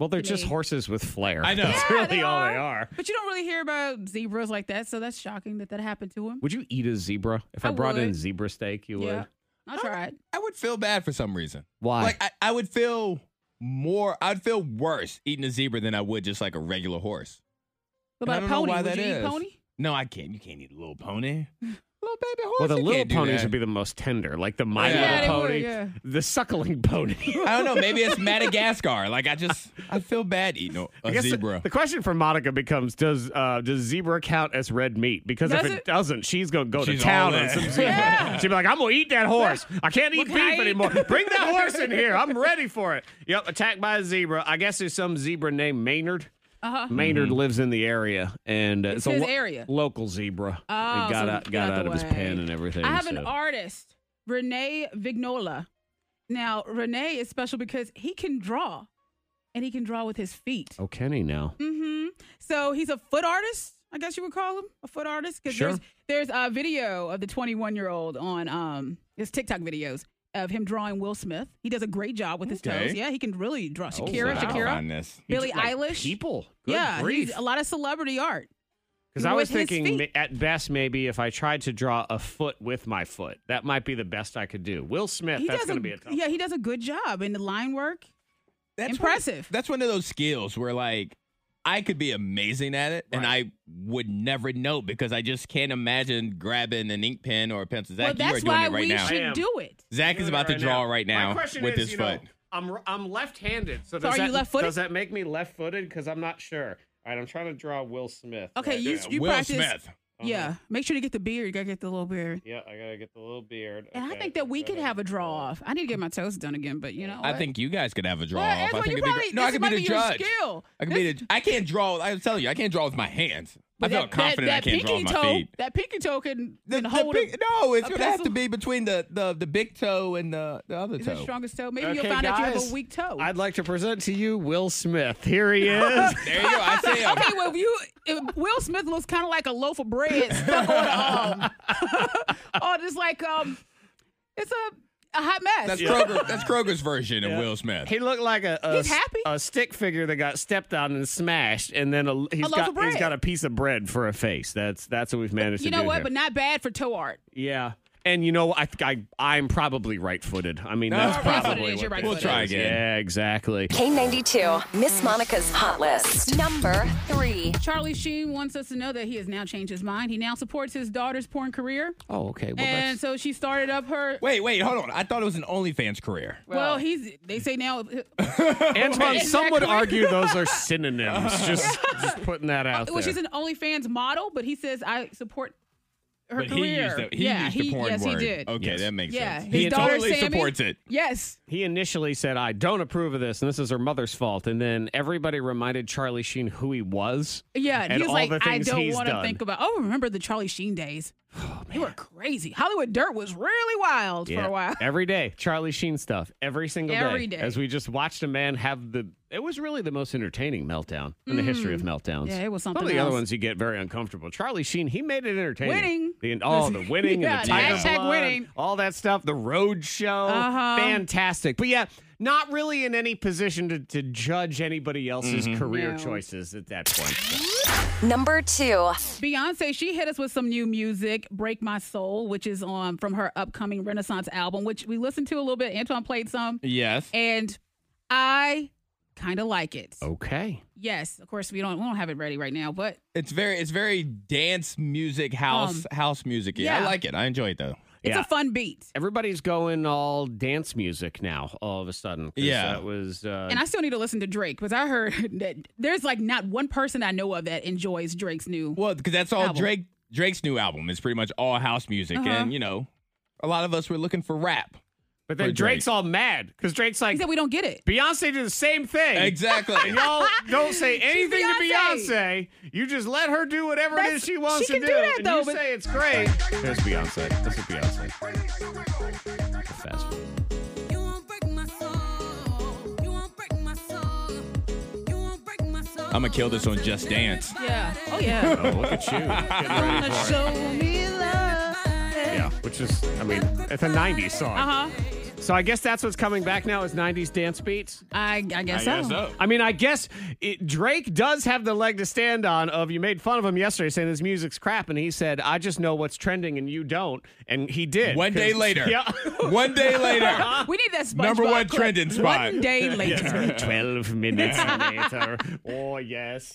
Speaker 2: Well, they're
Speaker 4: just
Speaker 2: just horses with flair.
Speaker 5: I know.
Speaker 2: That's
Speaker 4: Yeah,
Speaker 2: really
Speaker 4: they
Speaker 2: all they
Speaker 4: are.
Speaker 2: are.
Speaker 4: But you don't really hear about zebras like that, so that's shocking that that happened to him.
Speaker 2: Would you eat a zebra? If I,
Speaker 4: I
Speaker 2: brought in
Speaker 4: would.
Speaker 2: zebra steak, you
Speaker 4: yeah,
Speaker 2: would.
Speaker 4: I tried.
Speaker 5: I would feel bad for some reason.
Speaker 2: Why?
Speaker 5: Like I, I would feel more. I'd feel worse eating a zebra than I would just like a regular horse.
Speaker 4: What about
Speaker 5: And I don't
Speaker 4: a
Speaker 5: know
Speaker 4: pony?
Speaker 5: why
Speaker 4: Would
Speaker 5: that
Speaker 4: you eat
Speaker 5: is.
Speaker 4: pony?
Speaker 5: No, I can't. You can't eat a little pony.
Speaker 4: Little baby
Speaker 2: Well, the little
Speaker 5: can't do
Speaker 2: ponies
Speaker 5: that.
Speaker 2: would be the most tender, like the My
Speaker 5: Yeah. Yeah,
Speaker 2: Little
Speaker 5: they would,
Speaker 2: Pony,
Speaker 5: yeah.
Speaker 2: the suckling pony.
Speaker 5: I don't know. Maybe it's Madagascar. Like I just, I feel bad eating a,
Speaker 2: I
Speaker 5: a
Speaker 2: guess the-
Speaker 5: zebra.
Speaker 2: The, question for Monica becomes: Does uh, does zebra count as red meat? Because if
Speaker 5: Does
Speaker 2: it,
Speaker 5: it-
Speaker 2: doesn't, she's gonna go
Speaker 5: She's
Speaker 2: to town
Speaker 5: all
Speaker 2: on
Speaker 5: in.
Speaker 2: some zebra.
Speaker 5: Yeah.
Speaker 2: She'd be like, "I'm gonna eat that horse. I can't eat
Speaker 5: What can I
Speaker 2: beef
Speaker 5: eat?"
Speaker 2: anymore. Bring that horse in here. I'm ready for it." Yep, attacked by a zebra. I guess there's some zebra named Maynard.
Speaker 4: Uh-huh.
Speaker 2: Maynard
Speaker 5: Mm-hmm.
Speaker 2: lives in the area, and uh,
Speaker 4: It's
Speaker 2: a
Speaker 4: his area.
Speaker 2: local zebra.
Speaker 4: Oh,
Speaker 2: and got
Speaker 4: so
Speaker 2: out,
Speaker 4: get
Speaker 2: got
Speaker 4: out
Speaker 2: out
Speaker 4: the
Speaker 2: of his
Speaker 4: way.
Speaker 2: pen and everything.
Speaker 4: I have an
Speaker 2: so.
Speaker 4: artist, Renee Vignola. Now, Renee is special because he can draw, and he can draw with his feet.
Speaker 2: Oh, Kenny now.
Speaker 4: hmm So he's a foot artist, I guess you would call him a foot artist, because
Speaker 2: Sure.
Speaker 4: there's there's a video of the 21 year old on um his TikTok videos of him drawing Will Smith. He does a great job with his
Speaker 5: Okay.
Speaker 4: toes. Yeah, he can really draw
Speaker 5: Oh,
Speaker 4: Shakira,
Speaker 5: wow. Find
Speaker 4: Shakira,
Speaker 5: this.
Speaker 4: Billie
Speaker 2: He drew, like,
Speaker 4: Eilish.
Speaker 2: people. Good
Speaker 4: yeah,
Speaker 2: grief.
Speaker 4: he's a lot of celebrity art.
Speaker 2: Because I was
Speaker 4: With his
Speaker 2: thinking, ma- at best, maybe if I tried to draw a foot with my foot, that might be the best I could do. Will Smith,
Speaker 4: He
Speaker 2: that's
Speaker 4: does
Speaker 2: going to be a tough.
Speaker 4: yeah, he does a good job in the line work.
Speaker 5: That's
Speaker 4: impressive.
Speaker 5: One, that's one of those skills where like I could be amazing at it and I would never know because I just can't imagine grabbing an ink pen or a pencil. Zach,
Speaker 4: well,
Speaker 5: you are
Speaker 4: that's
Speaker 5: doing
Speaker 4: why
Speaker 5: it right
Speaker 4: we
Speaker 5: now.
Speaker 4: should do it.
Speaker 5: Zach is about to draw right now
Speaker 2: My question
Speaker 5: with
Speaker 2: is,
Speaker 5: his
Speaker 2: you know,
Speaker 5: foot.
Speaker 2: I'm I'm left-handed, so,
Speaker 4: So
Speaker 2: does
Speaker 4: are
Speaker 2: that
Speaker 4: you left-footed?
Speaker 2: does that make me left-footed? Because I'm not sure. All right, I'm trying to draw Will Smith.
Speaker 4: Okay,
Speaker 2: right
Speaker 4: you,
Speaker 2: now.
Speaker 4: you practice. Yeah, make sure to get the beard. You gotta get the little beard.
Speaker 2: Yeah, I gotta get the little beard.
Speaker 4: And I think that we could have a draw off. I need to get my toes done again, but you know.
Speaker 5: I
Speaker 4: what?
Speaker 5: think you guys could have a draw
Speaker 4: Well,
Speaker 5: off.
Speaker 4: Ezra,
Speaker 5: I think
Speaker 4: you
Speaker 5: it'd be
Speaker 4: probably-
Speaker 5: great. No,
Speaker 4: this
Speaker 5: I could
Speaker 4: might
Speaker 5: be the
Speaker 4: be your
Speaker 5: judge.
Speaker 4: skill.
Speaker 5: I could be the. I can't draw. I'm telling you, I can't draw with my hands. I
Speaker 4: But
Speaker 5: feel
Speaker 4: that- that-
Speaker 5: confident
Speaker 4: that
Speaker 5: I can't draw with
Speaker 4: pinky
Speaker 5: my
Speaker 4: toe,
Speaker 5: feet.
Speaker 4: That pinky toe can,
Speaker 5: The-
Speaker 4: can
Speaker 5: the
Speaker 4: hold
Speaker 5: big-
Speaker 4: a,
Speaker 5: no, it's
Speaker 4: a
Speaker 5: gonna have to
Speaker 4: pencil.
Speaker 5: be between the the, the big toe and the, the other
Speaker 4: Is
Speaker 5: toe.
Speaker 4: it strongest toe? Maybe you'll find out you have a weak toe.
Speaker 2: I'd like to present to you Will Smith. Here he is.
Speaker 5: there you go. I see him.
Speaker 4: okay, well, if you if Will Smith looks kind of like a loaf of bread stuck on a um, or just like um, it's a a hot mess.
Speaker 5: That's Kroger. That's Kroger's version of Will Smith.
Speaker 2: He looked like a a,
Speaker 4: He's happy.
Speaker 2: a stick figure that got stepped on and smashed, and then a, he's
Speaker 4: loaf
Speaker 2: got
Speaker 4: of bread.
Speaker 2: he's got a piece of bread for a face. That's that's what we've managed
Speaker 4: You
Speaker 2: to
Speaker 4: know
Speaker 2: do.
Speaker 4: what?
Speaker 2: here.
Speaker 4: But not bad for toe art.
Speaker 2: yeah, and you know I think I I'm probably right footed. I mean that's
Speaker 4: right-footed
Speaker 2: probably
Speaker 4: is your
Speaker 2: what
Speaker 4: right
Speaker 2: this
Speaker 4: We'll try
Speaker 2: is.
Speaker 5: again.
Speaker 2: Yeah, exactly.
Speaker 6: K92, Miss Monica's Hot List. Number three.
Speaker 4: Charlie Sheen wants us to know that he has now changed his mind. He now supports his daughter's porn career,
Speaker 2: Oh, okay. Well,
Speaker 4: and
Speaker 2: that's
Speaker 4: so she started up her.
Speaker 5: Wait, wait, hold on. I thought it was an OnlyFans career.
Speaker 4: Well, he's. They say now
Speaker 2: Antoine.
Speaker 4: Is
Speaker 2: Some
Speaker 4: that
Speaker 2: would
Speaker 4: correct?
Speaker 2: argue those are synonyms. just just putting that out
Speaker 4: Well,
Speaker 2: there.
Speaker 4: she's an OnlyFans model, but he says I support her
Speaker 5: But he
Speaker 4: career.
Speaker 5: used the- he
Speaker 4: yeah,
Speaker 5: used the
Speaker 4: he,
Speaker 5: porn
Speaker 4: yes,
Speaker 5: word.
Speaker 4: he did.
Speaker 5: Okay, that makes
Speaker 4: yeah,
Speaker 5: sense.
Speaker 4: his
Speaker 5: He
Speaker 4: daughter
Speaker 5: totally
Speaker 4: Sammy-
Speaker 5: supports it.
Speaker 4: Yes,
Speaker 2: he initially said, "I don't approve of this, and this is her mother's fault." And then everybody reminded Charlie Sheen who he was.
Speaker 4: yeah.
Speaker 2: and
Speaker 4: he was
Speaker 2: all
Speaker 4: like,
Speaker 2: the
Speaker 4: I
Speaker 2: things
Speaker 4: don't
Speaker 2: he's
Speaker 4: want to
Speaker 2: done.
Speaker 4: think about. Oh, remember the Charlie Sheen days?
Speaker 5: Oh,
Speaker 4: they were crazy. Hollywood Dirt was really wild for a while.
Speaker 2: Every day, Charlie Sheen stuff. Every single
Speaker 4: Every day.
Speaker 2: As we just watched a man have the. It was really the most entertaining meltdown in the history of meltdowns.
Speaker 4: Mm. Yeah, it was
Speaker 2: Some
Speaker 4: something
Speaker 2: of the other
Speaker 4: else.
Speaker 2: ones you get very uncomfortable. Charlie Sheen, he made it entertaining.
Speaker 4: Winning.
Speaker 2: The, oh, the winning
Speaker 4: Yeah,
Speaker 2: and the tiger
Speaker 4: hashtag
Speaker 2: blood,
Speaker 4: winning.
Speaker 2: All that stuff. The road show.
Speaker 4: Uh-huh.
Speaker 2: Fantastic. But yeah, not really in any position to, to judge anybody else's career
Speaker 4: No.
Speaker 2: choices at that point.
Speaker 6: Number two.
Speaker 4: Beyonce, she hit us with some new music, "Break My Soul," which is on from her upcoming Renaissance album, which we listened to a little bit. Antoine played some,
Speaker 5: Yes.
Speaker 4: and I kind of like it.
Speaker 5: Oh.
Speaker 2: Okay.
Speaker 4: Yes, of course we don't we don't have it ready right now, but
Speaker 5: It's very it's very dance music house house music. Yeah, I
Speaker 4: Um, yeah.
Speaker 5: like it. I enjoy it though.
Speaker 4: it's
Speaker 2: Yeah.
Speaker 4: a fun beat.
Speaker 2: Everybody's going all dance music now, all of a sudden. 'cause
Speaker 5: Yeah.
Speaker 2: That was. Uh,
Speaker 4: And I still need to listen to Drake because I heard that there's like not one person I know of that enjoys Drake's new.
Speaker 5: Well, because that's all
Speaker 4: Album.
Speaker 5: Drake Drake's new album is pretty much all house music,
Speaker 4: Uh-huh.
Speaker 5: and you know, a lot of us were looking for rap.
Speaker 2: But then
Speaker 5: for
Speaker 2: Drake's
Speaker 5: Drake.
Speaker 2: all mad because Drake's
Speaker 4: He
Speaker 2: like,
Speaker 4: said we don't get it.
Speaker 2: Beyonce did the same thing.
Speaker 5: exactly.
Speaker 2: And y'all don't say anything
Speaker 4: Beyonce.
Speaker 2: to Beyonce. You just let her do whatever it is
Speaker 4: That's-
Speaker 2: she wants
Speaker 4: she
Speaker 2: to do.
Speaker 4: can do that,
Speaker 2: and
Speaker 4: though,
Speaker 2: you
Speaker 4: but-
Speaker 2: say it's great. There's Beyonce. This is Beyonce. Fast food.
Speaker 5: I'm gonna kill this on Just Dance.
Speaker 4: Yeah. Oh yeah.
Speaker 2: Oh, look at you. Getting ready for it. Yeah, which is, I mean, it's a 90s song.
Speaker 4: Uh huh.
Speaker 2: So I guess that's what's coming back now is 90s dance beats.
Speaker 4: I, I guess so.
Speaker 2: I mean, I guess it, Drake does have the leg to stand on. Of you made fun of him yesterday, saying his music's crap, and he said, "I just know what's trending, and you don't." And he did.
Speaker 5: One day
Speaker 2: 'cause-
Speaker 5: later.
Speaker 2: Yeah.
Speaker 5: One day later.
Speaker 4: We need that SpongeBob
Speaker 5: Number one
Speaker 4: clip.
Speaker 5: trending spot.
Speaker 4: One day later.
Speaker 2: Twelve minutes later. Oh yes.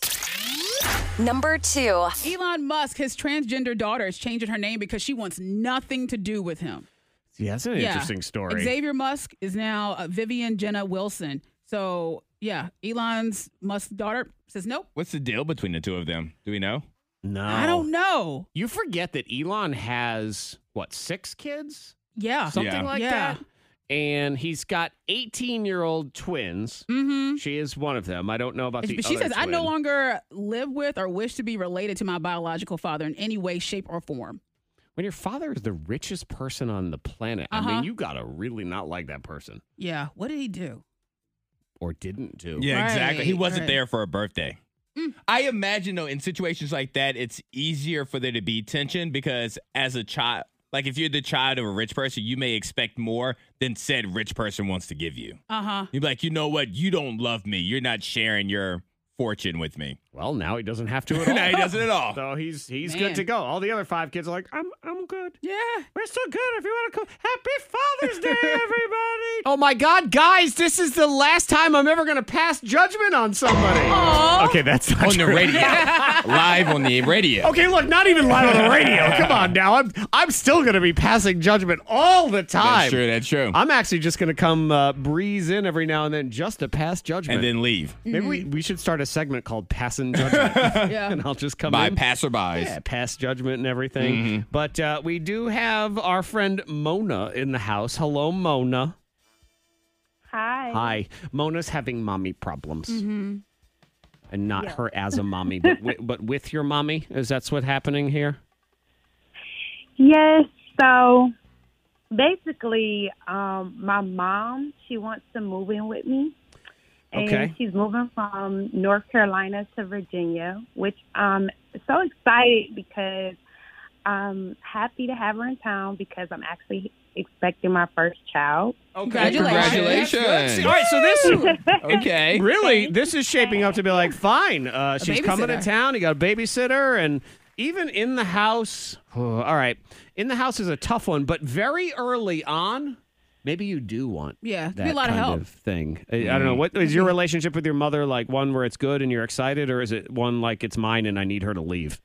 Speaker 6: Number two.
Speaker 4: Elon Musk, his transgender daughter, is changing her name because she wants nothing to do with him.
Speaker 2: Yeah, that's an
Speaker 4: Yeah.
Speaker 2: interesting story.
Speaker 4: Xavier Musk is now uh, Vivian Jenna Wilson. So, yeah, Elon's Musk daughter says nope.
Speaker 5: What's the deal between the two of them? Do we know?
Speaker 2: No.
Speaker 4: I don't know.
Speaker 2: You forget that Elon has what six kids?
Speaker 4: Yeah.
Speaker 2: something like
Speaker 4: Yeah.
Speaker 2: that. And he's got 18 year old twins.
Speaker 4: Mm-hmm.
Speaker 2: She is one of them. I don't know about the
Speaker 4: But she
Speaker 2: other
Speaker 4: says, I no
Speaker 2: twin."
Speaker 4: longer live with or wish to be related to my biological father in any way, shape, or form.
Speaker 2: When your father is the richest person on the planet, I
Speaker 4: Uh-huh.
Speaker 2: mean, you gotta really not like that person,
Speaker 4: Yeah. What did he do?
Speaker 2: or didn't do.
Speaker 5: Yeah, exactly. He wasn't
Speaker 4: right. Mm.
Speaker 5: there for a birthday. I imagine though, in situations like that, it's easier for there to be tension because as a child, like if you're the child of a rich person, you may expect more than said rich person wants to give you.
Speaker 4: Uh huh.
Speaker 5: You'd be like, you know what? You don't love me. You're not sharing your fortune with me.
Speaker 2: Well, now he doesn't have to at all.
Speaker 5: now he doesn't at all.
Speaker 2: So he's he's
Speaker 5: Man.
Speaker 2: good to go. All the other five kids are like, I'm I'm good.
Speaker 4: Yeah.
Speaker 2: We're so good. If you want to come, Happy Father's Day, everybody. Oh my God, guys! This is the last time I'm ever gonna pass judgment on somebody. Okay, that's not
Speaker 5: on the
Speaker 2: true.
Speaker 5: radio, live on the radio.
Speaker 2: Okay, look, not even live on the radio. Come on now. I'm I'm still going to be passing judgment all the time.
Speaker 5: That's true. That's true.
Speaker 2: I'm actually just going to come uh, breeze in every now and then just to pass judgment.
Speaker 5: and then leave
Speaker 2: Maybe we, we should start a segment called Passing Judgment.
Speaker 4: Yeah.
Speaker 2: And I'll just come
Speaker 5: by
Speaker 2: in.
Speaker 5: passerbys.
Speaker 2: Yeah, pass judgment and everything. But uh, we do have our friend Mona in the house. Hello, Mona.
Speaker 15: Hi.
Speaker 2: Hi. Mona's having mommy problems. And not her as a mommy, but, wi- but with your mommy. Is that's what's happening here?
Speaker 15: Yes. So basically, um, my mom she wants to move in with me, and
Speaker 16: Okay.
Speaker 15: she's moving from North Carolina to Virginia, which I'm so excited because I'm happy to have her in town because I'm actually expecting my first child.
Speaker 5: Congratulations. Congratulations.
Speaker 2: All right, so this
Speaker 5: okay.
Speaker 2: Really, this is shaping up to be like fine. Uh, she's coming to
Speaker 5: babysitter.
Speaker 2: town. You got a babysitter, and even in the house. oh, all right, in the house is a tough one, but very early on, maybe you do want
Speaker 4: Yeah, it'd be
Speaker 2: that
Speaker 4: a lot of
Speaker 2: kind
Speaker 4: help. Mm-hmm.
Speaker 2: thing. I,
Speaker 5: Mm-hmm.
Speaker 2: I don't know. What is your relationship with your mother like? One where it's good and you're excited, or is it one like it's mine and I need her to leave?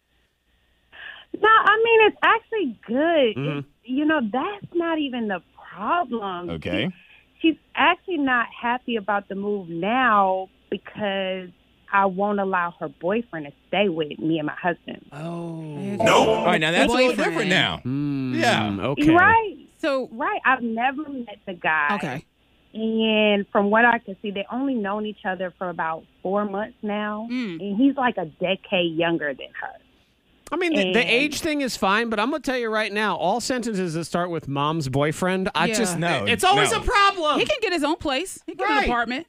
Speaker 15: No, I mean it's actually good.
Speaker 2: Mhm.
Speaker 15: It's, you know, that's not even the problem.
Speaker 5: Okay.
Speaker 15: She's actually not happy about the move now because I won't allow her boyfriend to stay with me and my husband.
Speaker 4: Oh.
Speaker 5: Nope. All right, now that's a little different now. Mm. yeah.
Speaker 2: Hmm, Okay.
Speaker 15: Right.
Speaker 4: So
Speaker 15: right, I've never met the guy.
Speaker 4: Okay.
Speaker 15: And from what I can see, they only known each other for about four months now, and he's like a decade younger than her.
Speaker 2: I mean, the, the
Speaker 15: And-
Speaker 2: age thing is fine, but I'm gonna tell you right now, all sentences that start with "mom's boyfriend," I
Speaker 4: Yeah.
Speaker 2: just
Speaker 4: No,
Speaker 2: It's always
Speaker 4: no.
Speaker 2: a problem.
Speaker 4: He can get his own place. He can get
Speaker 15: Right.
Speaker 4: an apartment.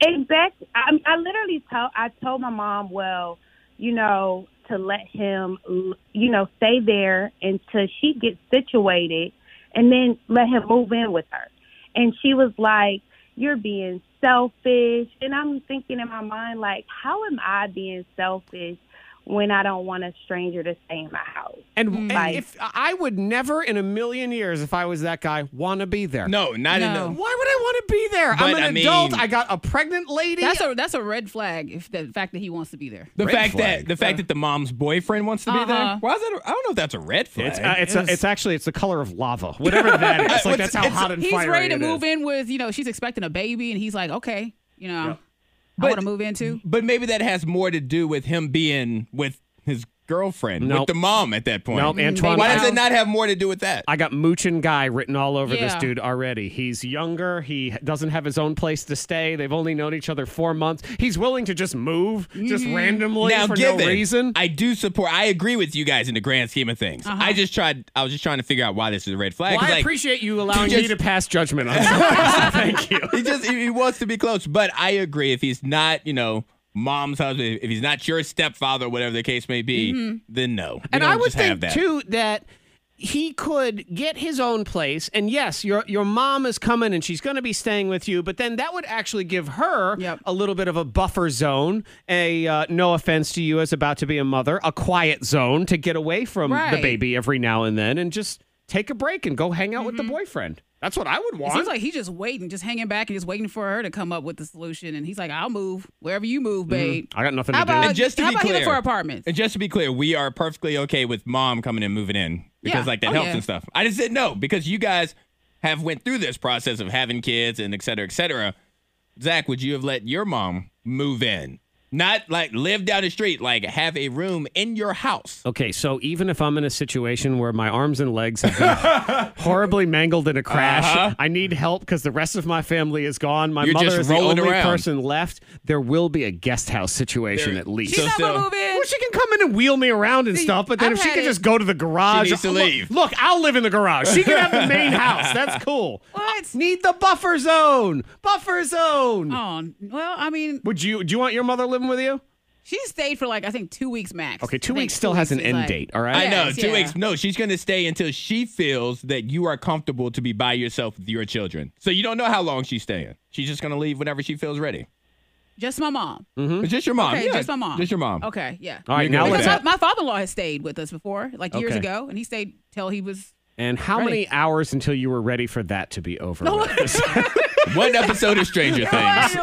Speaker 15: Exactly. I, I literally told I told my mom, well, you know, to let him, l- you know, stay there until she gets situated, and then let him move in with her. And she was like, "You're being selfish." And I'm thinking in my mind, like, how am I being selfish when I don't want a stranger to stay in my house?
Speaker 2: And, and
Speaker 15: Like-
Speaker 2: if I would never in a million years, if I was that guy, want to be there.
Speaker 5: No, not in No. the-
Speaker 2: Why would I want to be there? I'm
Speaker 5: But,
Speaker 2: an
Speaker 5: I
Speaker 2: adult.
Speaker 5: mean-
Speaker 2: I got a pregnant lady.
Speaker 4: That's a that's a red flag. If the fact that he wants to be there.
Speaker 5: The fact that the fact that the mom's boyfriend wants to be
Speaker 4: Uh-huh.
Speaker 5: there. Why is that? A, I don't know if that's a red flag.
Speaker 2: It's, uh, it's, a, it's actually it's the color of lava, whatever that is. Like that's how hot and
Speaker 4: he's
Speaker 2: fiery
Speaker 4: ready to
Speaker 2: it
Speaker 4: move
Speaker 2: is.
Speaker 4: in with you know she's expecting a baby and he's like okay you know I
Speaker 5: But-
Speaker 4: want to move into.
Speaker 5: but maybe that has more to do with him being with his girlfriend,
Speaker 2: Nope.
Speaker 5: with the mom at that point.
Speaker 2: Nope, Antoine-
Speaker 5: Why does
Speaker 2: Maybe
Speaker 5: it not have more to do with that?
Speaker 2: I got moochin' guy written all over this
Speaker 5: Yeah.
Speaker 2: dude already. He's younger. He doesn't have his own place to stay. They've only known each other four months. He's willing to just move just randomly
Speaker 5: now,
Speaker 2: for
Speaker 5: given,
Speaker 2: no reason.
Speaker 5: I do support. I agree with you guys in the grand scheme of things.
Speaker 2: Uh-huh.
Speaker 5: I just tried. I was just trying to figure out why this is a red flag.
Speaker 2: Well,
Speaker 5: 'cause,
Speaker 2: I
Speaker 5: like,
Speaker 2: appreciate you allowing
Speaker 5: just-
Speaker 2: me to pass judgment on something.
Speaker 5: he just he he wants to be close. But I agree. If he's not, you know, mom's husband, if he's not your stepfather, whatever the case may be,
Speaker 2: Mhm.
Speaker 5: then no. You
Speaker 2: and
Speaker 5: don't
Speaker 2: I would
Speaker 5: just have that.
Speaker 2: think too that he could get his own place. And yes, your your mom is coming and she's going to be staying with you. But then that would actually give her a little bit of a buffer zone. A uh, no offense to you as about to be a mother, a quiet zone to get away from
Speaker 4: Right.
Speaker 2: the baby every now and then, and just take a break and go hang out with the boyfriend. That's what I would
Speaker 4: Mm-hmm. It
Speaker 2: want.
Speaker 4: seems like he's just waiting, just hanging back and just waiting for her to come up with the solution. And he's like, I'll move wherever you move, babe.
Speaker 2: I got nothing
Speaker 4: How
Speaker 5: to do.
Speaker 4: about-
Speaker 5: And just to
Speaker 4: how
Speaker 5: be
Speaker 4: about he
Speaker 5: clear,
Speaker 4: look for apartments?
Speaker 5: And just to be clear, we are perfectly okay with mom coming and moving in because
Speaker 4: Yeah.
Speaker 5: like that
Speaker 4: Oh,
Speaker 5: helps
Speaker 4: yeah.
Speaker 5: and stuff. I just said no because you guys have went through this process of having kids and et cetera, et cetera. Zach, would you have let your mom move in? Not like live down the street, like have a room in your house.
Speaker 2: Okay, so even if I'm in a situation where my arms and legs have been horribly mangled in a crash,
Speaker 5: Uh-huh.
Speaker 2: I need help because the rest of my family is gone. My
Speaker 5: You're
Speaker 2: mother
Speaker 5: just
Speaker 2: is the
Speaker 5: rolling
Speaker 2: only
Speaker 5: around.
Speaker 2: person left. There will be a guest house situation at least.
Speaker 5: She's So not gonna still- move
Speaker 2: Well, she can come in and wheel me around and stuff, but then
Speaker 4: I've
Speaker 2: if she
Speaker 4: had
Speaker 2: could
Speaker 4: it.
Speaker 2: just go to the garage,
Speaker 5: needs to
Speaker 2: look-
Speaker 5: leave.
Speaker 2: Look, I'll live in the garage. She can have the main house. That's cool.
Speaker 4: What?
Speaker 2: Need the buffer zone. Buffer zone.
Speaker 4: Oh, well, I mean,
Speaker 2: Would you? Do you want your mother living with you?
Speaker 4: she stayed for like, I think two weeks max.
Speaker 2: Okay, two
Speaker 4: I think
Speaker 2: weeks still has an
Speaker 4: is
Speaker 2: end
Speaker 4: like-
Speaker 2: date. All right.
Speaker 5: I know.
Speaker 4: Yes,
Speaker 5: Two
Speaker 4: yeah.
Speaker 5: weeks. No, she's gonna stay until she feels that you are comfortable to be by yourself with your children. So you don't know how long she's staying. She's just gonna leave whenever she feels ready.
Speaker 4: Just my mom.
Speaker 5: It's just your mom.
Speaker 4: Okay,
Speaker 5: Yeah,
Speaker 4: just my mom.
Speaker 5: Just your mom.
Speaker 4: Okay, yeah.
Speaker 2: All right,
Speaker 5: You're
Speaker 2: now
Speaker 5: good with
Speaker 2: let's
Speaker 5: that.
Speaker 4: My, my father-in-law has stayed with us before, like years
Speaker 2: Okay.
Speaker 4: ago, and he stayed till he was.
Speaker 2: And how
Speaker 4: Ready.
Speaker 2: many hours until you were ready for that to be over?
Speaker 4: No.
Speaker 2: with?
Speaker 5: What episode of Stranger Things?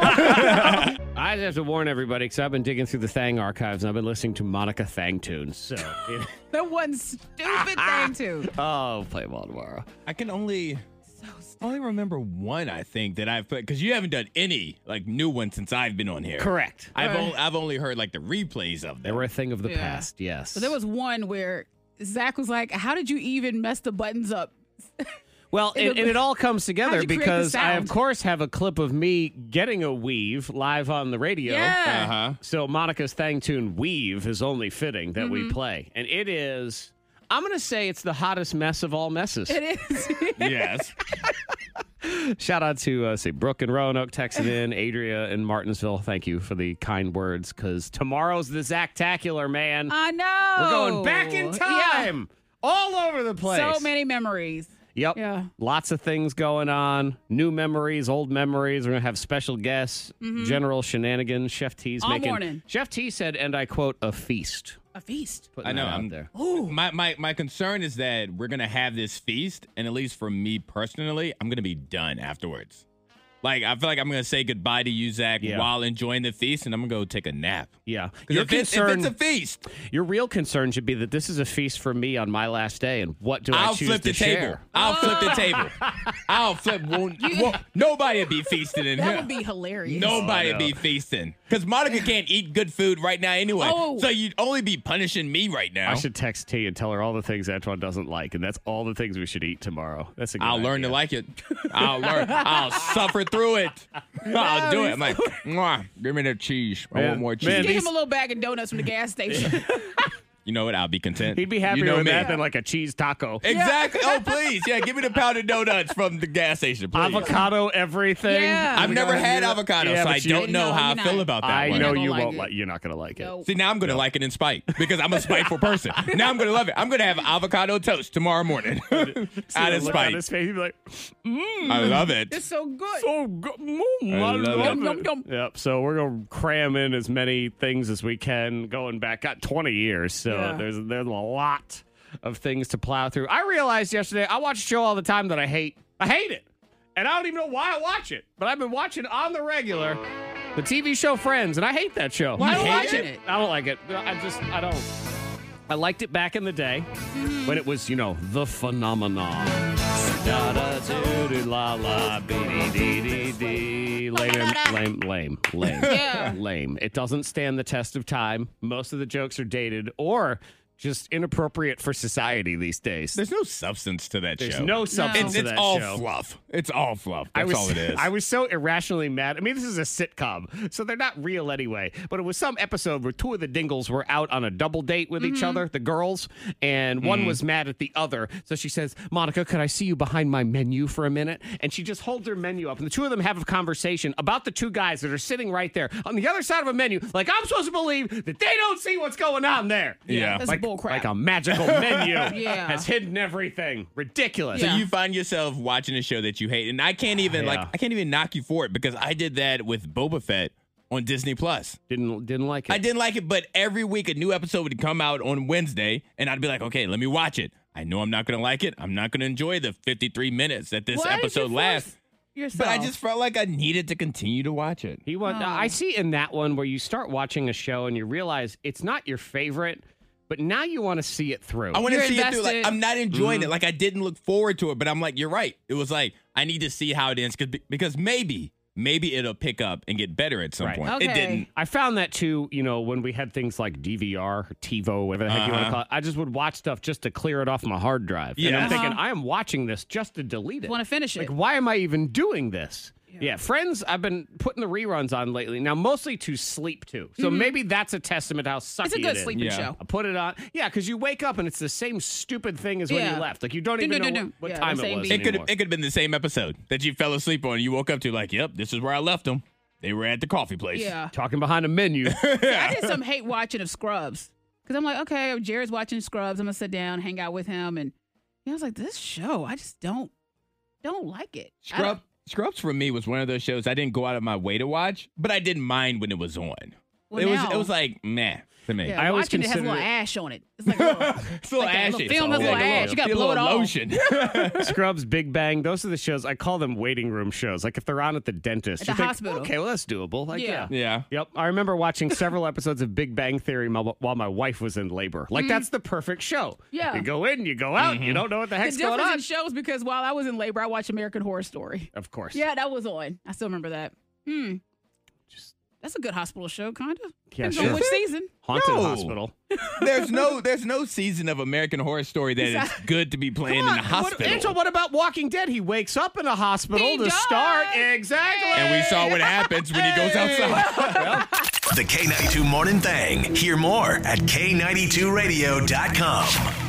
Speaker 2: I just have to warn everybody because I've been digging through the Thang archives and I've been listening to Monica Thang tunes. So,
Speaker 4: That one stupid thing too.
Speaker 2: oh, play ball tomorrow.
Speaker 5: I can only only remember one. I think that I've put because you haven't done any like new ones since I've been on here.
Speaker 2: Correct.
Speaker 5: I've
Speaker 4: Right.
Speaker 5: only, I've only heard like the replays of
Speaker 2: They
Speaker 5: them.
Speaker 2: were a thing of the
Speaker 4: Yeah.
Speaker 2: past. Yes.
Speaker 4: But there was one where Zach was like, "How did you even mess the buttons up?"
Speaker 2: Well,
Speaker 4: It
Speaker 2: and, and
Speaker 4: was-
Speaker 2: it all comes together
Speaker 4: How'd you create the
Speaker 2: because I, of
Speaker 4: sound?
Speaker 2: course, have a clip of me getting a weave live on the radio.
Speaker 4: Yeah.
Speaker 5: Uh-huh.
Speaker 2: So Monica's Thang tune "Weave" is only fitting that
Speaker 4: Mm-hmm.
Speaker 2: we play, and it is. I'm going to say it's the hottest mess of all messes.
Speaker 4: It is.
Speaker 5: yes.
Speaker 2: Shout out to uh, say Brooke and Roanoke texted in, Adria and Martinsville. Thank you for the kind words because tomorrow's the Zactacular, man.
Speaker 4: I know.
Speaker 2: We're going back in time, all over the place.
Speaker 4: Yeah. Oh, So many memories.
Speaker 2: Yep.
Speaker 4: Yeah.
Speaker 2: Lots of things going on. New memories, old memories. We're gonna have special guests, general shenanigans. Chef T's
Speaker 4: Mm-hmm. All
Speaker 2: making.
Speaker 4: morning.
Speaker 2: Chef T said, and I quote, a feast.
Speaker 4: A feast.
Speaker 2: Putting
Speaker 5: I know.
Speaker 2: that out
Speaker 5: I'm
Speaker 2: there.
Speaker 5: My, my my concern is that we're gonna have this feast, and at least for me personally, I'm gonna be done afterwards. Like I feel like I'm gonna say goodbye to you, Zach,
Speaker 2: Yeah.
Speaker 5: while enjoying the feast, and I'm gonna go take a nap.
Speaker 2: Yeah.
Speaker 5: 'Cause
Speaker 2: Your
Speaker 5: if, it- if
Speaker 2: concern-
Speaker 5: it's a feast,
Speaker 2: Your real concern should be that this is a feast for me on my last day, and what do I
Speaker 5: I'll
Speaker 2: choose
Speaker 5: flip
Speaker 2: to
Speaker 5: the table.
Speaker 2: share?
Speaker 5: I'll flip
Speaker 4: Ah.
Speaker 5: the table. I'll flip. Won't, won't, nobody would be feasting in
Speaker 4: That
Speaker 5: here.
Speaker 4: would be hilarious.
Speaker 5: Nobody be feasting because Monica can't eat good food right now anyway.
Speaker 4: Oh.
Speaker 5: So you'd only be punishing me right now.
Speaker 2: I should text T and tell her all the things Antoine doesn't like, and that's all the things we should eat tomorrow. That's a good
Speaker 5: I'll learn to like it. I'll learn. I'll suffer through it. I'll do it. I'm like, "Mwah, give me that cheese. I
Speaker 2: Man,
Speaker 5: want more cheese.
Speaker 2: man,
Speaker 4: Give
Speaker 2: these-
Speaker 4: him a little bag of donuts from the gas station.
Speaker 5: you know what? I'll be content.
Speaker 2: He'd be happier
Speaker 5: you know
Speaker 2: with
Speaker 5: me.
Speaker 2: that than like a cheese taco.
Speaker 5: Exactly. Oh, please. Yeah, give me the pounded donuts from the gas station, please.
Speaker 2: Avocado everything.
Speaker 4: Yeah.
Speaker 5: I've never had avocado,
Speaker 2: Yeah,
Speaker 5: so
Speaker 2: but
Speaker 5: I
Speaker 2: you-
Speaker 5: don't know
Speaker 4: No,
Speaker 5: how I
Speaker 4: you're
Speaker 5: feel
Speaker 4: not.
Speaker 5: about that
Speaker 2: I
Speaker 5: one.
Speaker 2: know
Speaker 4: gonna
Speaker 2: you
Speaker 4: like
Speaker 2: won't
Speaker 4: it.
Speaker 2: like. You're not gonna like it.
Speaker 4: No.
Speaker 5: See, now I'm going to like it in spite because I'm a spiteful person. Now I'm going to love it. I'm going to have avocado toast tomorrow morning out of
Speaker 2: Look on
Speaker 5: spite.
Speaker 2: his face, he'd be like, "Mm."
Speaker 5: I love it.
Speaker 4: it's so good.
Speaker 2: "So good, mm,
Speaker 5: I love it.
Speaker 4: Yum, yum, yum.
Speaker 2: Yep. So we're gonna cram in as many things as we can, going back got 20 years. So
Speaker 4: Yeah.
Speaker 2: there's there's a lot of things to plow through. I realized yesterday I watch a show all the time that I hate. I hate it, and I don't even know why I watch it. But I've been watching on the regular. The TV show Friends, and I hate that show.
Speaker 4: Why
Speaker 2: I don't
Speaker 4: hate
Speaker 2: like
Speaker 4: it?
Speaker 2: I don't like it. I just, I don't. I liked it back in the day when it was, you know, the phenomenon. Da da doo doo la la bee dee dee dee dee. Lame, lame, lame, lame,
Speaker 4: Yeah.
Speaker 2: lame. It doesn't stand the test of time. Most of the jokes are dated or just inappropriate for society these days.
Speaker 5: There's no substance to that
Speaker 2: There's
Speaker 5: show.
Speaker 2: no
Speaker 5: It's,
Speaker 2: substance to
Speaker 5: it's
Speaker 2: that
Speaker 5: all
Speaker 2: show.
Speaker 5: fluff. It's all fluff. That's
Speaker 2: I was,
Speaker 5: all it is.
Speaker 2: I was so irrationally mad. I mean, this is a sitcom, so they're not real anyway. But it was some episode where two of the Dingles were out on a double date with
Speaker 4: Mm-hmm.
Speaker 2: each other, the girls, and
Speaker 5: Mm-hmm.
Speaker 2: one was mad at the other. So she says, "Monica, could I see you behind my menu for a minute?" And she just holds her menu up, and the two of them have a conversation about the two guys that are sitting right there on the other side of a menu. Like I'm supposed to believe that they don't see what's going on there.
Speaker 5: Yeah.
Speaker 4: That's
Speaker 2: Like,
Speaker 4: bull crap.
Speaker 2: like a magical menu
Speaker 4: Yeah.
Speaker 2: has hidden everything. Ridiculous.
Speaker 5: so
Speaker 4: Yeah.
Speaker 5: you find yourself watching a show that you hate, and I can't even
Speaker 2: Yeah.
Speaker 5: like I can't even knock you for it because I did that with Boba Fett on Disney Plus.
Speaker 2: Didn't didn't like it.
Speaker 5: I didn't like it, but every week a new episode would come out on Wednesday, and I'd be like, okay, let me watch it. I I know I'm not going to like it. I'm not going to enjoy the 53 minutes that this
Speaker 4: Why did you
Speaker 5: episode lasts.
Speaker 4: Yourself.
Speaker 5: But I just felt like I needed to continue to watch it.
Speaker 2: He won.
Speaker 4: Oh.
Speaker 2: I see in that one where you start watching a show and you realize it's not your favorite, but now you want to see it through.
Speaker 5: I want to see it through. Like I'm not enjoying it.
Speaker 2: Mhm.
Speaker 5: Like I didn't look forward to it, but I'm like, you're right. It was like I need to see how it ends 'cause- because maybe, maybe it'll pick up and get better at some point. It didn't.
Speaker 2: I found that too, you know, when we had things like DVR, or TiVo, whatever the heck you want to
Speaker 5: Uh-huh.
Speaker 2: call it. I just would watch stuff just to clear it off my hard drive. And
Speaker 5: Yeah.
Speaker 2: I'm thinking,
Speaker 5: Uh-huh.
Speaker 2: I am watching this just to delete it.
Speaker 4: Want to finish it?
Speaker 2: Like, why am I even doing this? Yeah. Friends, I've been putting the reruns on lately. Now, mostly to sleep to. So
Speaker 4: Mhm.
Speaker 2: maybe that's a testament how sucky
Speaker 4: a good
Speaker 2: it is.
Speaker 4: sleeping Yeah. show.
Speaker 2: I put it on. Yeah, because you wake up and it's the same stupid thing as when
Speaker 4: Yeah.
Speaker 2: you left. Like you don't
Speaker 4: Do,
Speaker 2: even
Speaker 4: do,
Speaker 2: know
Speaker 4: do, do.
Speaker 2: what, what
Speaker 4: Yeah,
Speaker 2: time
Speaker 4: the
Speaker 2: it
Speaker 4: same
Speaker 2: was.
Speaker 4: beat.
Speaker 5: It could
Speaker 2: anymore.
Speaker 5: have it could have been the same episode that you fell asleep on. You woke up to like, yep, this is where I left them. They were at the coffee place.
Speaker 4: Yeah.
Speaker 2: Talking behind a menu.
Speaker 4: I did some hate watching of Scrubs because I'm like, okay, Jared's watching Scrubs. I'm gonna sit down, hang out with him, and you know, I was like, this show, I just don't don't like it. I don't-
Speaker 5: Scrub, Scrubs for me was one of those shows I didn't go out of my way to watch, but I didn't mind when it was on.
Speaker 4: Well,
Speaker 5: it was
Speaker 4: now-
Speaker 5: it was like meh to me.
Speaker 4: Yeah, watching it has a little ash on it. It's
Speaker 5: It's
Speaker 4: like,
Speaker 5: a little
Speaker 4: like that little
Speaker 5: ashy.
Speaker 4: film has
Speaker 5: It's
Speaker 4: a little
Speaker 5: like
Speaker 4: ash. You gotta
Speaker 5: feel
Speaker 4: blow
Speaker 5: a
Speaker 4: it
Speaker 5: little
Speaker 4: off.
Speaker 5: Lotion.
Speaker 2: Scrubs, Big Bang, those are the shows. I call them waiting room shows. Like if they're on at the dentist,
Speaker 4: At
Speaker 2: you
Speaker 4: the
Speaker 2: think,
Speaker 4: hospital.
Speaker 2: Okay, well that's doable. Like
Speaker 4: Yeah.
Speaker 2: yeah.
Speaker 5: yeah,
Speaker 2: Yep. I remember watching several episodes of Big Bang Theory my- while my wife was in labor. Like that's the perfect show.
Speaker 4: Mm-hmm. Yeah. Mm-hmm.
Speaker 2: You go in, you go out. You don't know what the heck's
Speaker 4: the
Speaker 2: going on.
Speaker 4: difference in shows because while I was in labor, I watched American Horror Story.
Speaker 2: of course.
Speaker 4: Yeah, that was on. I still remember that. Hmm. Just that's a good hospital show, kinda.
Speaker 5: Yeah,
Speaker 4: Depends
Speaker 5: sure.
Speaker 4: on which season.
Speaker 5: Haunted No.
Speaker 2: hospital.
Speaker 5: there's no there's no season of American Horror Story that is good to be playing in the
Speaker 2: What,
Speaker 5: hospital.
Speaker 2: Angel, what about Walking Dead? He wakes up in a hospital
Speaker 4: He
Speaker 2: to
Speaker 4: does.
Speaker 2: start. Exactly.
Speaker 5: and we saw what happens when he goes outside.
Speaker 1: The K92 Morning Thang. Hear more at K92Radio.com.